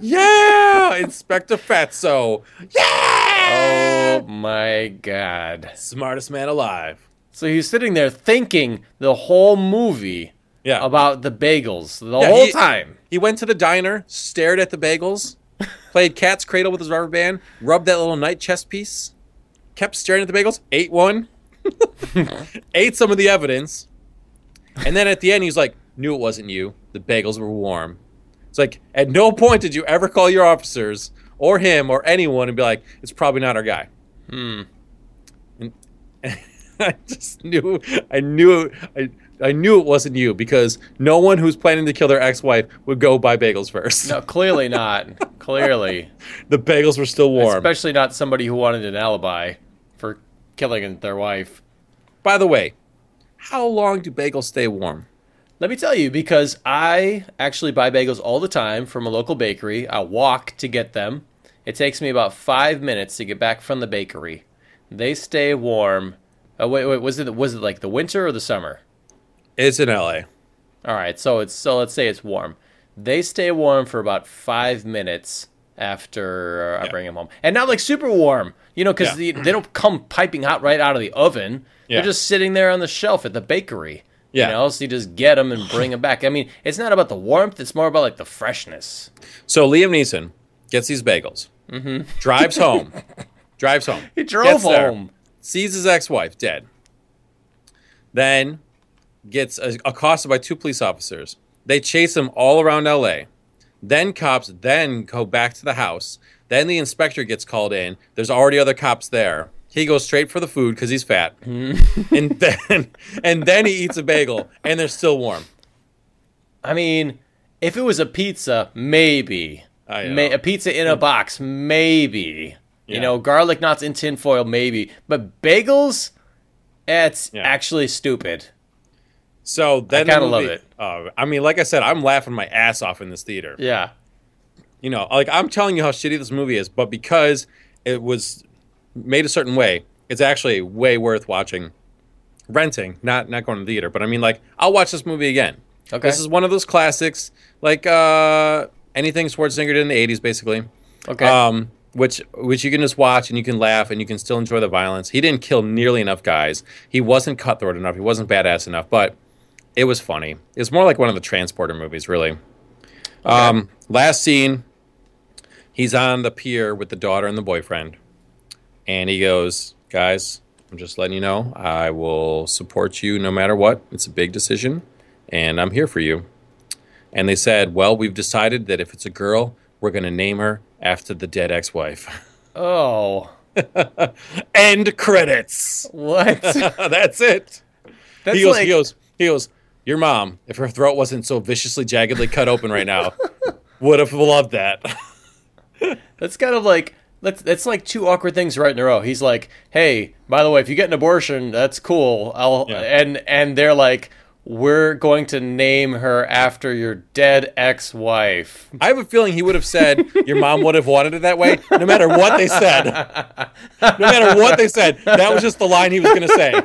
B: yeah! Inspector Fatso. Yeah!
A: Oh my god.
B: Smartest man alive.
A: So he was sitting there thinking the whole movie
B: Yeah.
A: about the bagels the
B: Yeah,
A: whole
B: he-
A: time.
B: He went to the diner, stared at the bagels, played cat's cradle with his rubber band, rubbed that little night chest piece, kept staring at the bagels, ate one, ate some of the evidence, and then at the end he was like, "Knew it wasn't you. The bagels were warm." It's like at no point did you ever call your officers or him or anyone and be like, "It's probably not our guy." Hmm. And I just knew, I knew, I, I knew it wasn't you because no one who's planning to kill their ex-wife would go buy bagels first.
A: No, clearly not. clearly.
B: The bagels were still warm.
A: Especially not somebody who wanted an alibi for killing their wife.
B: By the way, how long do bagels stay warm?
A: Let me tell you, because I actually buy bagels all the time from a local bakery. I walk to get them. It takes me about five minutes to get back from the bakery. They stay warm. Oh wait, wait, was it was it like the winter or the summer?
B: It's in LA.
A: All right, so it's so let's say it's warm. They stay warm for about five minutes after uh, I
B: Yeah.
A: bring them home, and not like super warm, you know, because
B: Yeah.
A: they, don't come piping hot right out of the oven.
B: Yeah.
A: They're just sitting there on the shelf at the bakery.
B: Yeah.
A: You know, so you just get them and bring them back. I mean, it's not about the warmth; it's more about like the freshness.
B: So Liam Neeson gets these bagels, drives home, drives home.
A: Mm-hmm. He drove
B: Gets there.
A: home.
B: sees his ex-wife dead. Then gets uh, accosted by two police officers. They chase him all around LA. Then cops then go back to the house. Then the inspector gets called in. There's already other cops there. He goes straight for the food because he's fat,
A: Mm-hmm.
B: and then and then he eats a bagel, and they're still warm.
A: I mean, if it was a pizza, maybe.
B: I know.
A: May- a pizza in a box, maybe.
B: Yeah.
A: You know, garlic knots in tinfoil, maybe. But bagels, it's
B: Yeah.
A: actually stupid.
B: So then
A: kinda
B: the movie-
A: love it.
B: Uh, I mean, like I said, I'm laughing my ass off in this theater.
A: Yeah.
B: you know, like I'm telling you how shitty this movie is, but because it was made a certain way, it's actually way worth watching, renting, not not going to the theater. But I mean, like I'll watch this movie again.
A: Okay.
B: This is one of those classics, like uh, anything Schwarzenegger did in the '80s, basically.
A: Okay.
B: Um, which which you can just watch and you can laugh and you can still enjoy the violence. He didn't kill nearly enough guys. He wasn't cutthroat enough. He wasn't badass enough. But it was funny. It's more like one of the transporter movies, really. Um, last scene, he's on the pier with the daughter and the boyfriend, and he goes, "Guys, I'm just letting you know, I will support you no matter what. It's a big decision, and I'm here for you." And they said, "Well, we've decided that if it's a girl, we're going to name her after the dead ex-wife."
A: oh,
B: End credits.
A: what?
B: That's it.
A: That's
B: he goes,
A: like,
B: he goes, he goes, your mom, if her throat wasn't so viciously, jaggedly cut open right now, would have loved that.
A: that's kind of like, that's, that's like two awkward things right in a row. He's like, hey, by the way, if you get an abortion, that's cool. I'll,
B: Yeah.
A: and, and they're like, we're going to name her after your dead ex-wife.
B: I have a feeling he would have said, your mom would have wanted it that way, no matter what they said. No matter what they said, that was just the line he was going to say.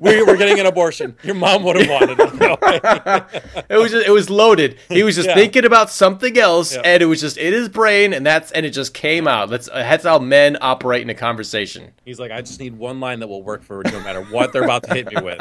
B: we were getting an abortion. Your mom would have wanted it.
A: It was just, it was loaded. He was just
B: Yeah.
A: thinking about something else,
B: Yeah.
A: and it was just in his brain, and that's and it just came out. That's that's how men operate in a conversation.
B: He's like, I just need one line that will work for no matter what they're about to hit me with.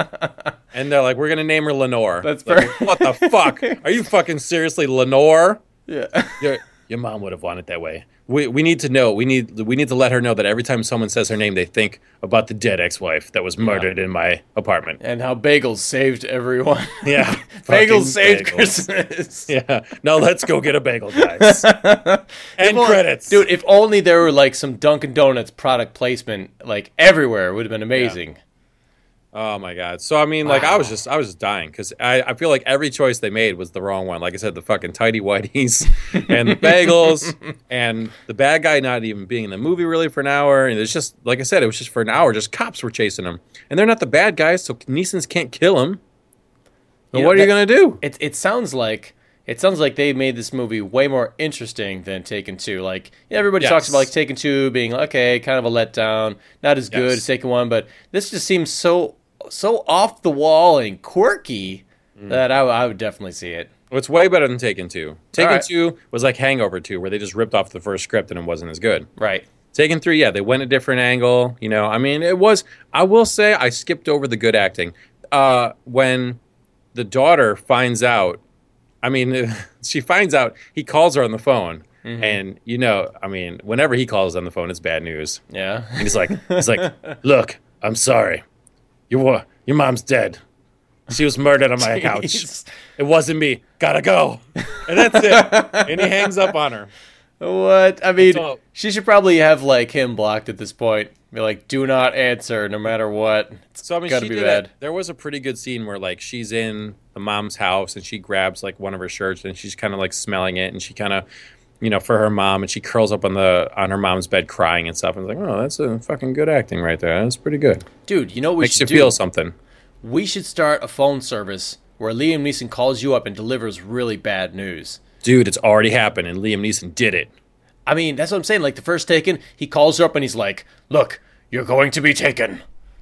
B: And they're like, we're gonna name her Lenore.
A: That's
B: Like,
A: perfect.
B: What the fuck? Are you fucking seriously Lenore?
A: Yeah,
B: Your your mom would have wanted that way. We we need to know. We need we need to let her know that every time someone says her name, they think about the dead ex-wife that was murdered in my apartment.
A: and how bagels saved everyone.
B: Yeah, Fucking
A: bagels saved
B: bagels.
A: Christmas.
B: Yeah. Now let's go get a bagel, guys. End
A: Well,
B: credits,
A: dude. If only there were like some Dunkin' Donuts product placement like everywhere, it would have been amazing.
B: Oh my god. So I mean, like, I was
A: Wow.
B: just, I was just dying because I, I feel like every choice they made was the wrong one. Like I said, the fucking tidy whiteys and the bagels and the bad guy not even being in the movie really for an hour. And it's just, like I said, it was just for an hour. Just cops were chasing him, and they're not the bad guys, so Neeson's can't kill him. But
A: Yeah,
B: what are you
A: that-
B: gonna do?
A: it it sounds like it sounds like they made this movie way more interesting than Taken Two. Like everybody
B: Yes.
A: talks about like Taken Two being like, okay, kind of a letdown, not as good
B: Yes.
A: as Taken One, but this just seems so so off the wall and quirky
B: Mm.
A: that I, I would definitely see it.
B: Well, it's way better than Taken Two. Taken
A: right.
B: Two was like Hangover Two, where they just ripped off the first script and it wasn't as good.
A: Right.
B: Taken three, yeah, they went a different angle. You know, I mean, it was. I will say, I skipped over the good acting. Uh, when the daughter finds out, I mean, she finds out he calls her on the phone, and you know, I mean, whenever he calls on the phone, it's bad news.
A: Yeah.
B: And he's like, he's like, look, I'm sorry, your wa- your mom's dead. She was murdered on my couch.
A: Jeez.
B: It wasn't me. Gotta go. And that's it. and he hangs up on her.
A: What? I mean,
B: all.
A: she should probably have like him blocked at this point. Be like, do not answer, no matter what. It's
B: So I mean,
A: gotta
B: she
A: be
B: did
A: bad.
B: It. There was a pretty good scene where like she's in the mom's house and she grabs like one of her shirts and she's kind of like smelling it and she kind of, you know, for her mom and she curls up on the on her mom's bed crying and stuff. And it's like, oh, that's a fucking good acting right there. That's pretty good.
A: Dude, you know what we
B: Makes
A: should
B: you
A: do?
B: feel something.
A: We should start a phone service where Liam Neeson calls you up and delivers really bad news.
B: Dude, it's already happened and Liam Neeson did it.
A: I mean, that's what I'm saying. Like the first Taken, he calls her up and he's like, "Look, you're going to be taken.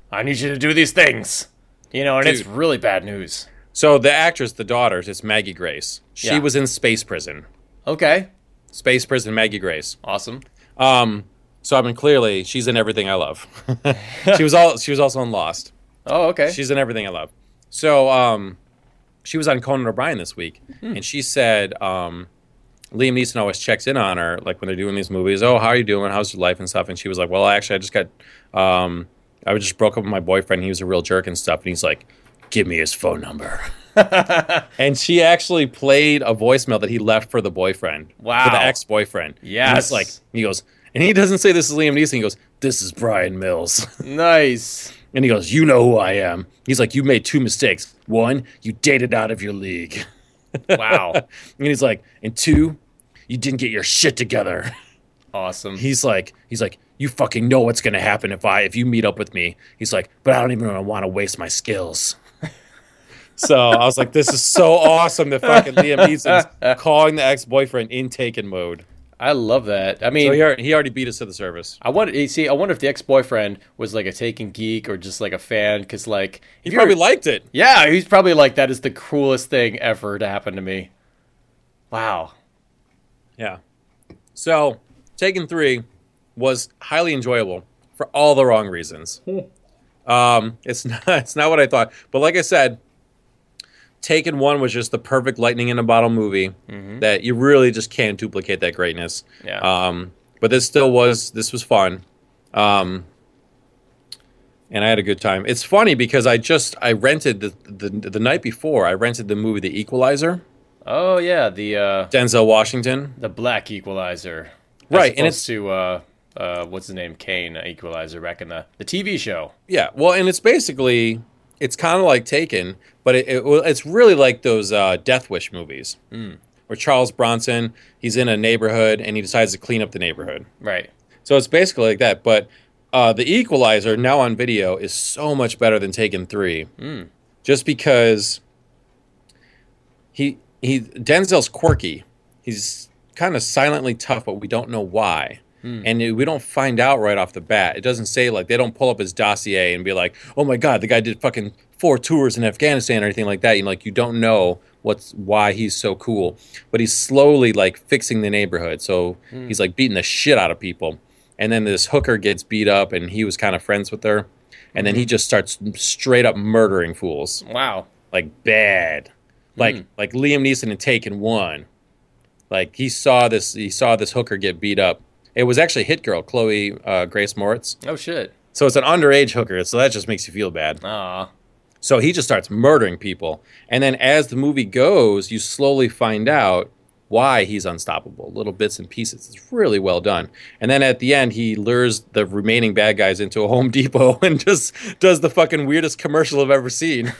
A: I need you to do these things." You know, and it's
B: Dude.
A: really bad news.
B: So the actress, the daughters, it's Maggie Grace. She
A: Yeah.
B: was in Space Prison.
A: Okay,
B: Space Prison, Maggie Grace.
A: awesome.
B: Um, so I mean, clearly she's in everything I love. she was all she was also in Lost.
A: Oh, okay.
B: She's in everything I love. So um, she was on Conan O'Brien this week,
A: Hmm.
B: and she said um, Liam Neeson always checks in on her, like when they're doing these movies. Oh, how are you doing? How's your life and stuff? And she was like, Well, actually, I just got, um, I just broke up with my boyfriend. He was a real jerk and stuff. And he's like, Give me his phone number. and she actually played a voicemail that he left for the boyfriend,
A: Wow.
B: for the ex-boyfriend. and
A: Yes.
B: it's like he goes, and he doesn't say this is Liam Neeson. He goes, This is Brian Mills.
A: nice.
B: And he goes, You know who I am. He's like, You made two mistakes. One, you dated out of your league.
A: Wow.
B: And he's like, And two, you didn't get your shit together.
A: awesome.
B: He's like, He's like, You fucking know what's going to happen if I, if you meet up with me. He's like, But I don't even want to waste my skills. So I was like, This is so awesome that fucking Liam Neeson's calling the ex boyfriend in taken mode.
A: I love that. I mean,
B: So he, already- he already beat us to the service.
A: I wonder. You see, I wonder if the ex-boyfriend was like a taken geek or just like a fan, because like
B: He
A: if you're-
B: probably liked it.
A: Yeah, he's probably like, that is the cruelest thing ever to happen to me. Wow.
B: Yeah. So, Taken 3 was highly enjoyable for all the wrong reasons. um, it's not it's not what I thought, but like I said, Taken 1 was just the perfect lightning in a bottle movie that you really just can't duplicate that greatness.
A: Yeah.
B: Um, but this still was this was fun. Um, and I had a good time. It's funny because I just I rented the, the the night before I rented the movie The Equalizer,
A: Oh yeah, the uh
B: Denzel Washington.
A: the black equalizer. As
B: Right, and
A: opposed to uh uh what's his name? Kane equalizer back in the, the TV show.
B: Yeah, well, and it's basically it's kind of like Taken, but it, it well, it's really like those uh, Death Wish movies, where Charles Bronson he's in a neighborhood and he decides to clean up the neighborhood.
A: Right.
B: So it's basically like that. But uh, the Equalizer now on video is so much better than Taken Three, just because he he Denzel's quirky. He's kind of silently tough, but we don't know why. and it- we don't find out right off the bat. It doesn't say like they don't pull up his dossier and be like, "Oh my God, the guy did fucking four tours in Afghanistan" or anything like that. You know, like you don't know what's why he's so cool, but he's slowly like fixing the neighborhood. So he's like beating the shit out of people, and then this hooker gets beat up, and he was kind of friends with her, and then he just starts straight up murdering fools
A: Wow.
B: like bad, like like Liam Neeson in Taken One. Like he saw this, he saw this hooker get beat up. It was actually Hit Girl, Chloe uh, Grace Moritz.
A: Oh shit.
B: So it's an underage hooker, so that just makes you feel bad.
A: Ah.
B: So he just starts murdering people, and then as the movie goes, you slowly find out why he's unstoppable. Little bits and pieces. It's really well done. And then at the end, he lures the remaining bad guys into a Home Depot and just does the fucking weirdest commercial I've ever seen.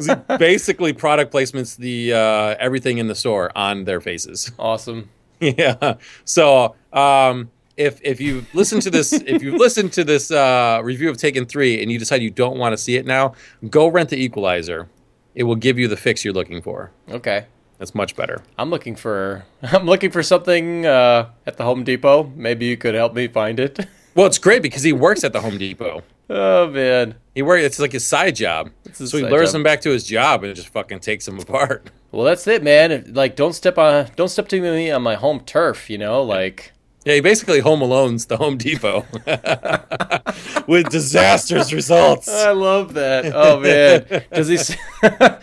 B: See, basically product placements the uh, everything in the store on their faces.
A: Awesome.
B: yeah. So um, if if you listen to this, if you listen to this uh, review of Taken Three and you decide you don't want to see it now, go rent The Equalizer. It will give you the fix you're looking for.
A: Okay.
B: That's much better.
A: I'm looking for I'm looking for something uh, at the Home Depot. Maybe you could help me find it.
B: Well, it's great because he works at the Home Depot.
A: Oh man.
B: He works. It's like his side job.
A: his
B: So he
A: side
B: lures
A: job.
B: him back to his job and just fucking takes him apart.
A: Well, that's it, man. If- Like, don't step on don't step to me on my home turf. You know, like
B: Yeah, he basically home alones the Home Depot with disastrous results.
A: I love that. Oh man, does he s-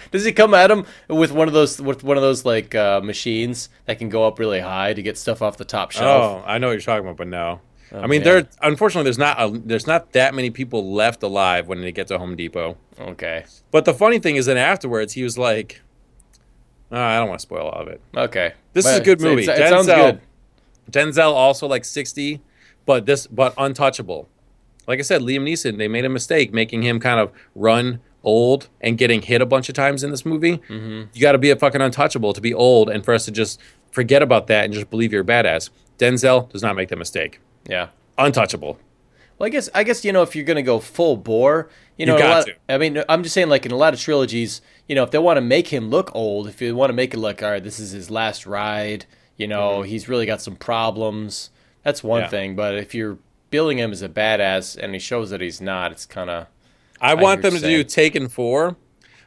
A: does he come at him with one of those with one of those like uh, machines that can go up really high to get stuff off the top shelf?
B: Oh, I know what you're talking about, but no. I mean,
A: man.
B: there. Unfortunately, there's not a, there's not that many people left alive when they get to Home Depot.
A: Okay,
B: But the funny thing is, then afterwards, he was like, "Ah, "I don't want to spoil all of it."
A: okay.
B: This is a
A: Well,
B: good
A: it's-
B: movie.
A: it's- It, sounds good.
B: Denzel also like 60, but this but untouchable. Like I said, Liam Neeson, they made a mistake making him kind of run old and getting hit a bunch of times in this movie. Mm-hmm. You got to be a fucking untouchable to be old and for us to just forget about that and just believe you're a badass. Denzel does not make that mistake.
A: Yeah.
B: Untouchable.
A: Well, I guess I guess you know if you're gonna go full bore, you know, in a
B: got
A: lot-
B: to.
A: I mean, I'm just saying like in a lot of trilogies, you know, if they want to make him look old, if you want to make it look, all right, this is his last ride, you know, he's really got some problems. That's one
B: Mm-hmm. Yeah.
A: thing, but if you're billing him as a badass and he shows that he's not, it's kind of
B: I want
A: hear
B: them to
A: what
B: do
A: you're
B: Taken 4,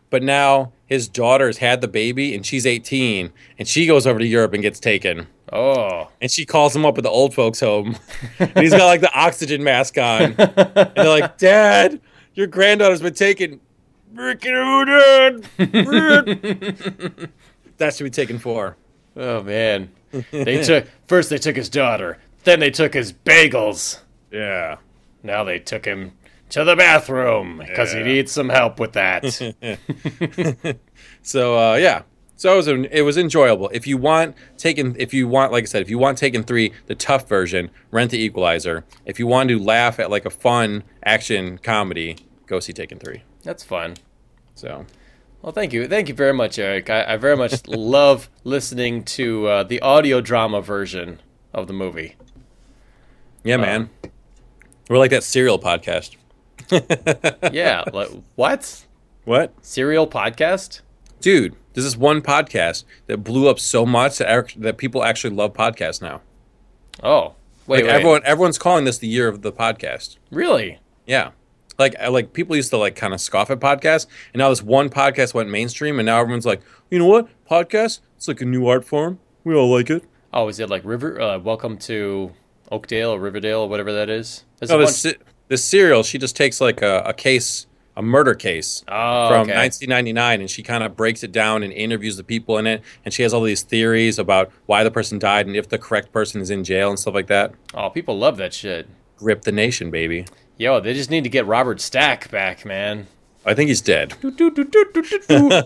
B: but now his daughter's had the baby and she's 18 and she goes over to Europe and gets taken.
A: oh,
B: and she calls him up at the old folks home and he's got like the oxygen mask on and they're like dad your granddaughter's been taken Freaking Odin! that should be taken for
A: oh man, they took first they took his daughter, then they took his bagels,
B: yeah
A: now they took him to the bathroom because oh he
B: Yeah.
A: needs some help with that.
B: so uh, yeah so it was, an, it was enjoyable if you want taken if you want like i said if you want taken three the tough version rent the equalizer if you want to laugh at like a fun action comedy go see taken three
A: That's fun.
B: so
A: Well, thank you. Thank you very much, Eric. I, I very much love listening to uh, the audio drama version of the movie.
B: yeah man we're like that serial podcast
A: Yeah. like, what?
B: what
A: Serial podcast?
B: dude this is one podcast that blew up so much that, ac- that people actually love podcasts now
A: Oh. Wait,
B: like
A: wait.
B: everyone everyone's calling this the year of the podcast
A: Really?
B: yeah like I- like people used to like kind of scoff at podcasts and now this one podcast went mainstream and now everyone's like you know what podcast it's like a new art form we all like it
A: Oh, is it like River? Uh, welcome to Oakdale or Riverdale or whatever that is? There's
B: no
A: a
B: this,
A: bunch-
B: se- this serial she just takes like a, a case a murder case
A: Oh,
B: from
A: okay.
B: 1999 and she kind of breaks it down and interviews the people in it and she has all these theories about why the person died and if the correct person is in jail and stuff like that
A: oh, people love that shit.
B: Rip the nation, baby.
A: Yo, they just need to get Robert Stack back, man.
B: I think he's dead.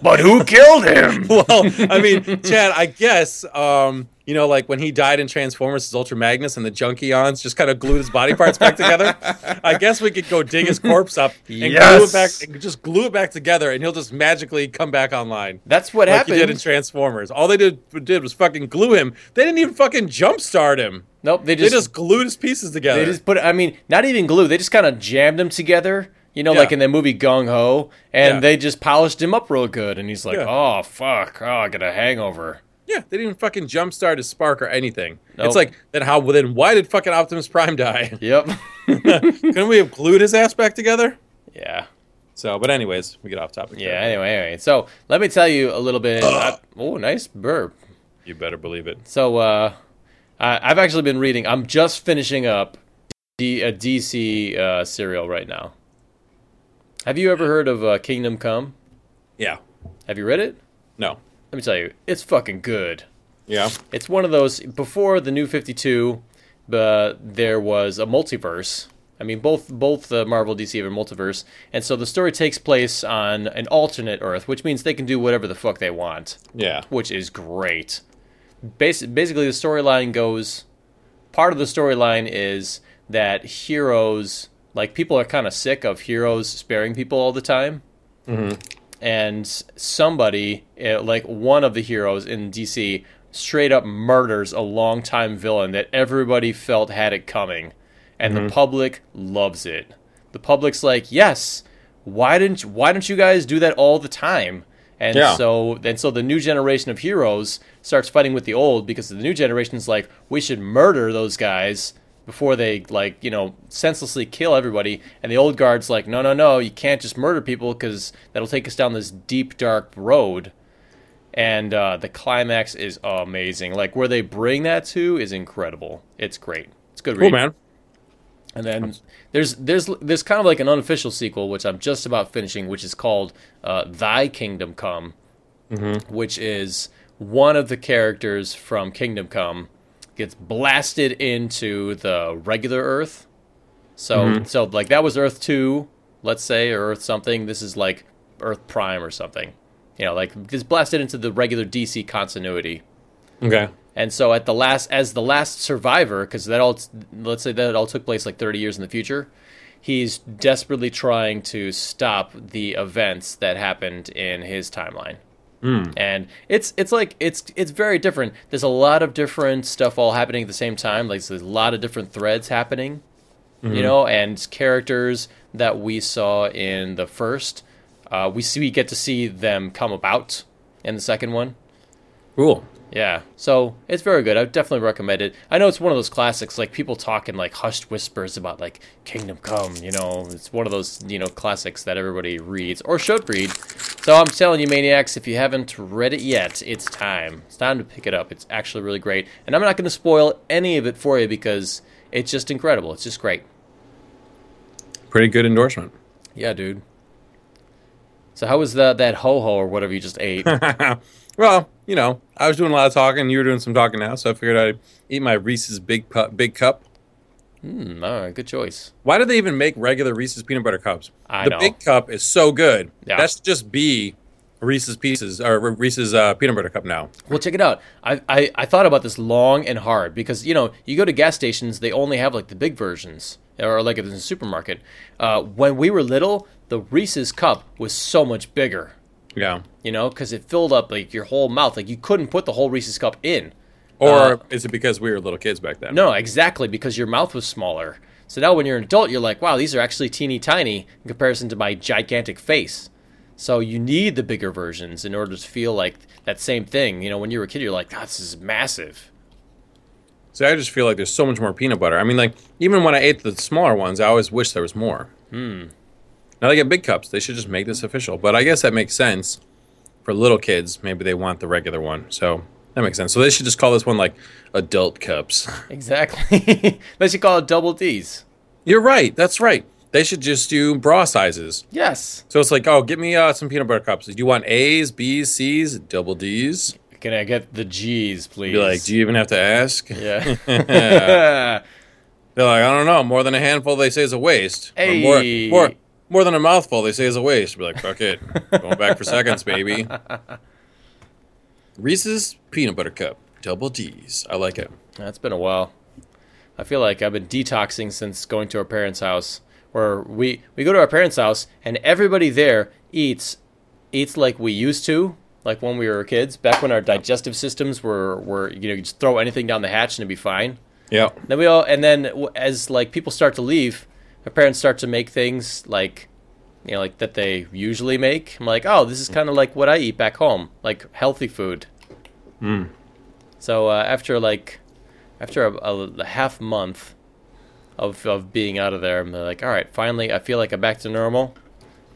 A: but who killed him?
B: well, I mean, Chad, I guess, um, you know, like when he died in Transformers as Ultra Magnus and the Junkions just kind of glued his body parts back together. I guess we could go dig his corpse up and glue
A: Yes.
B: it back, and just glue it back together, and he'll just magically come back online.
A: That's what
B: like
A: happened.
B: he did in Transformers. All they did did was fucking glue him. They didn't even fucking jumpstart him.
A: nope, they
B: They
A: just
B: just glued his pieces together.
A: They just put, I mean, not even glue. They just kind of jammed them together, you know,
B: Yeah.
A: like in the movie Gung Ho, and
B: Yeah.
A: they just polished him up real good. And he's like,
B: Yeah.
A: oh, fuck. Oh, I got a hangover.
B: Yeah, they didn't even fucking jumpstart his spark or anything.
A: Nope.
B: It's like then how then why did fucking Optimus Prime die?
A: Yep.
B: Couldn't we have glued his ass back together?
A: yeah.
B: So, but anyways, we get off topic. there.
A: Yeah. Anyway, anyway. So let me tell you a little bit. oh, nice burp.
B: you better believe it.
A: So uh, I, I've actually been reading. I'm just finishing up D, a DC uh, serial right now. Have you ever heard of uh, Kingdom Come?
B: Yeah.
A: Have you read it?
B: No.
A: Let me tell you, it's fucking good.
B: Yeah.
A: It's one of those before the new 52, uh, there was a multiverse. I mean, both both the Marvel DC have a multiverse, and so the story takes place on an alternate Earth, which means they can do whatever the fuck they want
B: Yeah.
A: which is great. Bas- basically, the storyline goes. Part of the storyline is that heroes, like people, are kind of sick of heroes sparing people all the time. And somebody, eh, like one of the heroes in DC, straight up murders a longtime villain that everybody felt had it coming, and
B: Mm-hmm.
A: the public loves it. The public's like, "Yes, why didn't why don't you guys do that all the time?" And
B: Yeah.
A: so so and so the new generation of heroes starts fighting with the old because the new generation's like we should murder those guys before they like you know senselessly kill everybody and the old guard's like no no no you can't just murder people because that'll take us down this deep dark road and uh, the climax is amazing like where they bring that to is incredible it's great it's a good
B: Cool,
A: read
B: man.
A: and then there's there's there's kind of like an unofficial sequel, which I'm just about finishing, which is called uh, "Thy Kingdom Come," which is one of the characters from Kingdom Come gets blasted into the regular Earth. So so like that was Earth two, let's say, or Earth something. This is like Earth Prime or something. You know, like gets blasted into the regular DC continuity.
B: Okay.
A: And so at the last, as the last survivor, because that all, let's say that all took place like 30 years in the future, he's desperately trying to stop the events that happened in his timeline. And it's it's like it's it's very different. There's a lot of different stuff all happening at the same time. Like there's a lot of different threads happening, you know, and characters that we saw in the first, uh, we see we get to see them come about in the second one.
B: Cool.
A: Yeah, so it's very good. I would definitely recommend it. I know it's one of those classics, like people talk in like hushed whispers about like Kingdom Come. You know, it's one of those you know classics that everybody reads or should read. So I'm telling you, maniacs, if you haven't read it yet, it's time. It's time to pick it up. It's actually really great, and I'm not going to spoil any of it for you because it's just incredible. It's just great.
B: Pretty good endorsement.
A: Yeah, dude. So how was that that ho ho or whatever you just ate?
B: well, you know, I was doing a lot of talking. You were doing some talking now, so I figured I'd eat my Reese's big pu- big cup.
A: mm, all right, good choice.
B: Why do they even make regular Reese's peanut butter cups?
A: I
B: the
A: know.
B: big cup is so good.
A: Yeah.
B: That's just be Reese's pieces or Reese's uh, peanut butter cup now.
A: Well, check it out. I, I, I thought about this long and hard because, you know, you go to gas stations, they only have like the big versions, or like if it's in a supermarket. Uh, when we were little, the Reese's cup was so much bigger,
B: Yeah.
A: you know, because it filled up like your whole mouth. Like you couldn't put the whole Reese's cup in. Uh,
B: Or is it because we were little kids back then?
A: No, exactly, because your mouth was smaller. So now when you're an adult, you're like, wow, these are actually teeny tiny in comparison to my gigantic face. So you need the bigger versions in order to feel like that same thing. You know, when you were a kid, you're like, God, this is massive.
B: So I just feel like there's so much more peanut butter. I mean, like even when I ate the smaller ones, I always wish there was more. Hmm. Now they get big cups. They should just make this official. But I guess that makes sense for little kids. Maybe they want the regular one. So that makes sense. So they should just call this one like adult cups.
A: Exactly. they should call it double D's.
B: You're right. That's right. They should just do bra sizes.
A: Yes.
B: So it's like, oh, give me uh, some peanut butter cups. Do you want A's, B's, C's, double D's?
A: Can I get the G's, please?
B: Be like, do you even have to ask?
A: yeah.
B: They're like, I don't know, more than a handful they say is a waste. Or
A: Hey.
B: More, more, more than a mouthful they say is a waste. Be like, fuck it. Going back for seconds, baby. Reese's peanut butter cup, double D's. I like it.
A: That's been a while. I feel like I've been detoxing since going to our parents' house, where we we go to our parents' house and everybody there eats eats like we used to, like when we were kids, back when our digestive systems were were you know you just throw anything down the hatch and it'd be fine.
B: Yeah.
A: Then we all, and then w- as like people start to leave, my parents start to make things like, you know, like that they usually make. I'm like, oh, this is kind of like what I eat back home, like healthy food. So uh, after like after a, a, a half month of of being out of there, I'm like, all right, finally, I feel like I'm back to normal.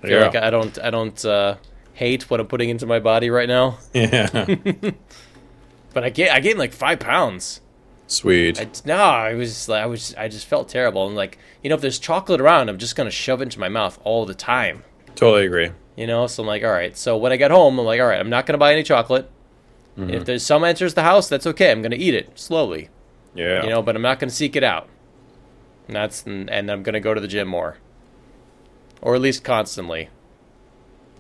A: I feel
B: Yeah.
A: like I don't I don't uh, hate what I'm putting into my body right now.
B: Yeah.
A: But I gained I gained like five pounds.
B: Sweet.
A: I, no, I was just like I was I just felt terrible. And like you know, if there's chocolate around, I'm just gonna shove it into my mouth all the time.
B: totally agree.
A: You know, so I'm like, all right. So when I got home, I'm like, all right, I'm not gonna buy any chocolate.
B: Mm-hmm.
A: If there's some enters the house, that's okay. I'm gonna eat it slowly.
B: Yeah.
A: you know but i'm not going to seek it out and that's and i'm going to go to the gym more or at least constantly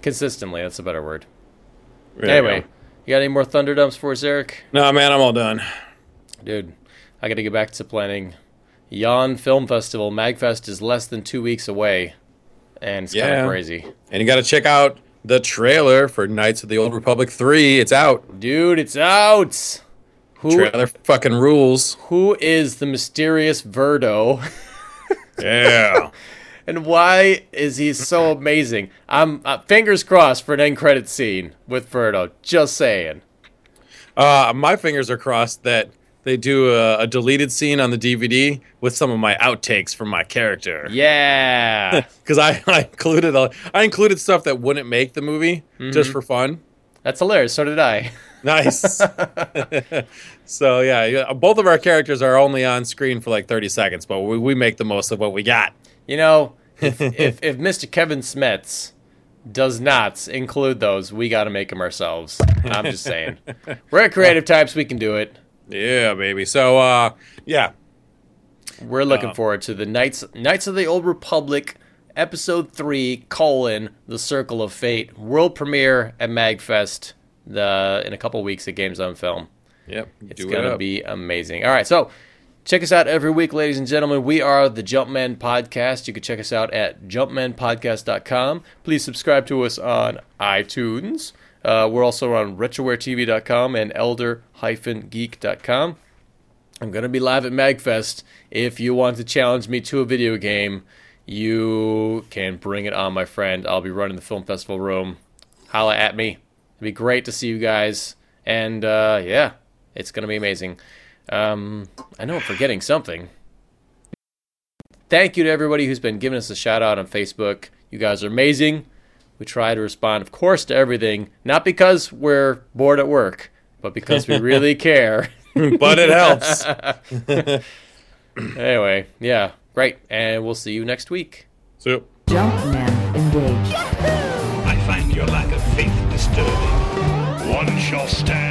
A: consistently that's a better word
B: There you
A: anyway
B: go.
A: you got any more thunder dumps for us eric
B: No, man, I'm all done.
A: dude i gotta get back to planning yon film festival magfest is less than two weeks away and it's kind
B: Yeah.
A: of crazy
B: And you got to check out the trailer for Knights of the Old Republic 3. It's out.
A: dude it's out who,
B: Trailer fucking rules.
A: who is the mysterious verdo
B: Yeah.
A: And why is he so amazing? I'm uh, fingers crossed for an end credit scene with Verdo. Just saying.
B: uh, my fingers are crossed that they do a, a deleted scene on the DVD with some of my outtakes from my character.
A: Yeah,
B: Because I, I included a, I included stuff that wouldn't make the movie just for fun.
A: that's hilarious. So did I.
B: Nice. so yeah, yeah, both of our characters are only on screen for like 30 seconds, but we, we make the most of what we got.
A: You know, if if, if Mr. Kevin Smets does not include those, we got to make them ourselves. I'm just saying. We're creative types. We can do it.
B: Yeah, baby. So uh, yeah,
A: We're looking forward to the Knights Knights of the Old Republic episode 3 colon the circle of fate world premiere at magfest the, in a couple weeks at games on film
B: yep.
A: It's
B: do it
A: gonna
B: up.
A: be amazing. All right, so check us out every week, ladies and gentlemen. We are the Jumpman Podcast. You can check us out at jumpmanpodcast.com. Please subscribe to us on iTunes. Uh, we're also on retrowaretv.com and elder-geek.com. I'm gonna be live at Magfest. If you want to challenge me to a video game, you can bring it on, my friend. I'll be running the film festival room. Holla at me. It'd be great to see you guys. And uh, yeah, it's gonna be amazing. Um, I know I'm forgetting something. Thank you to everybody who's been giving us a shout out on Facebook. You guys are amazing. We try to respond, of course, to everything, not because we're bored at work, but because we really care.
B: but it helps.
A: Anyway, yeah, great. And we'll see you next week.
B: so.
C: Jumpman engaged.
D: I find your lack of faith disturbing. One shall stand.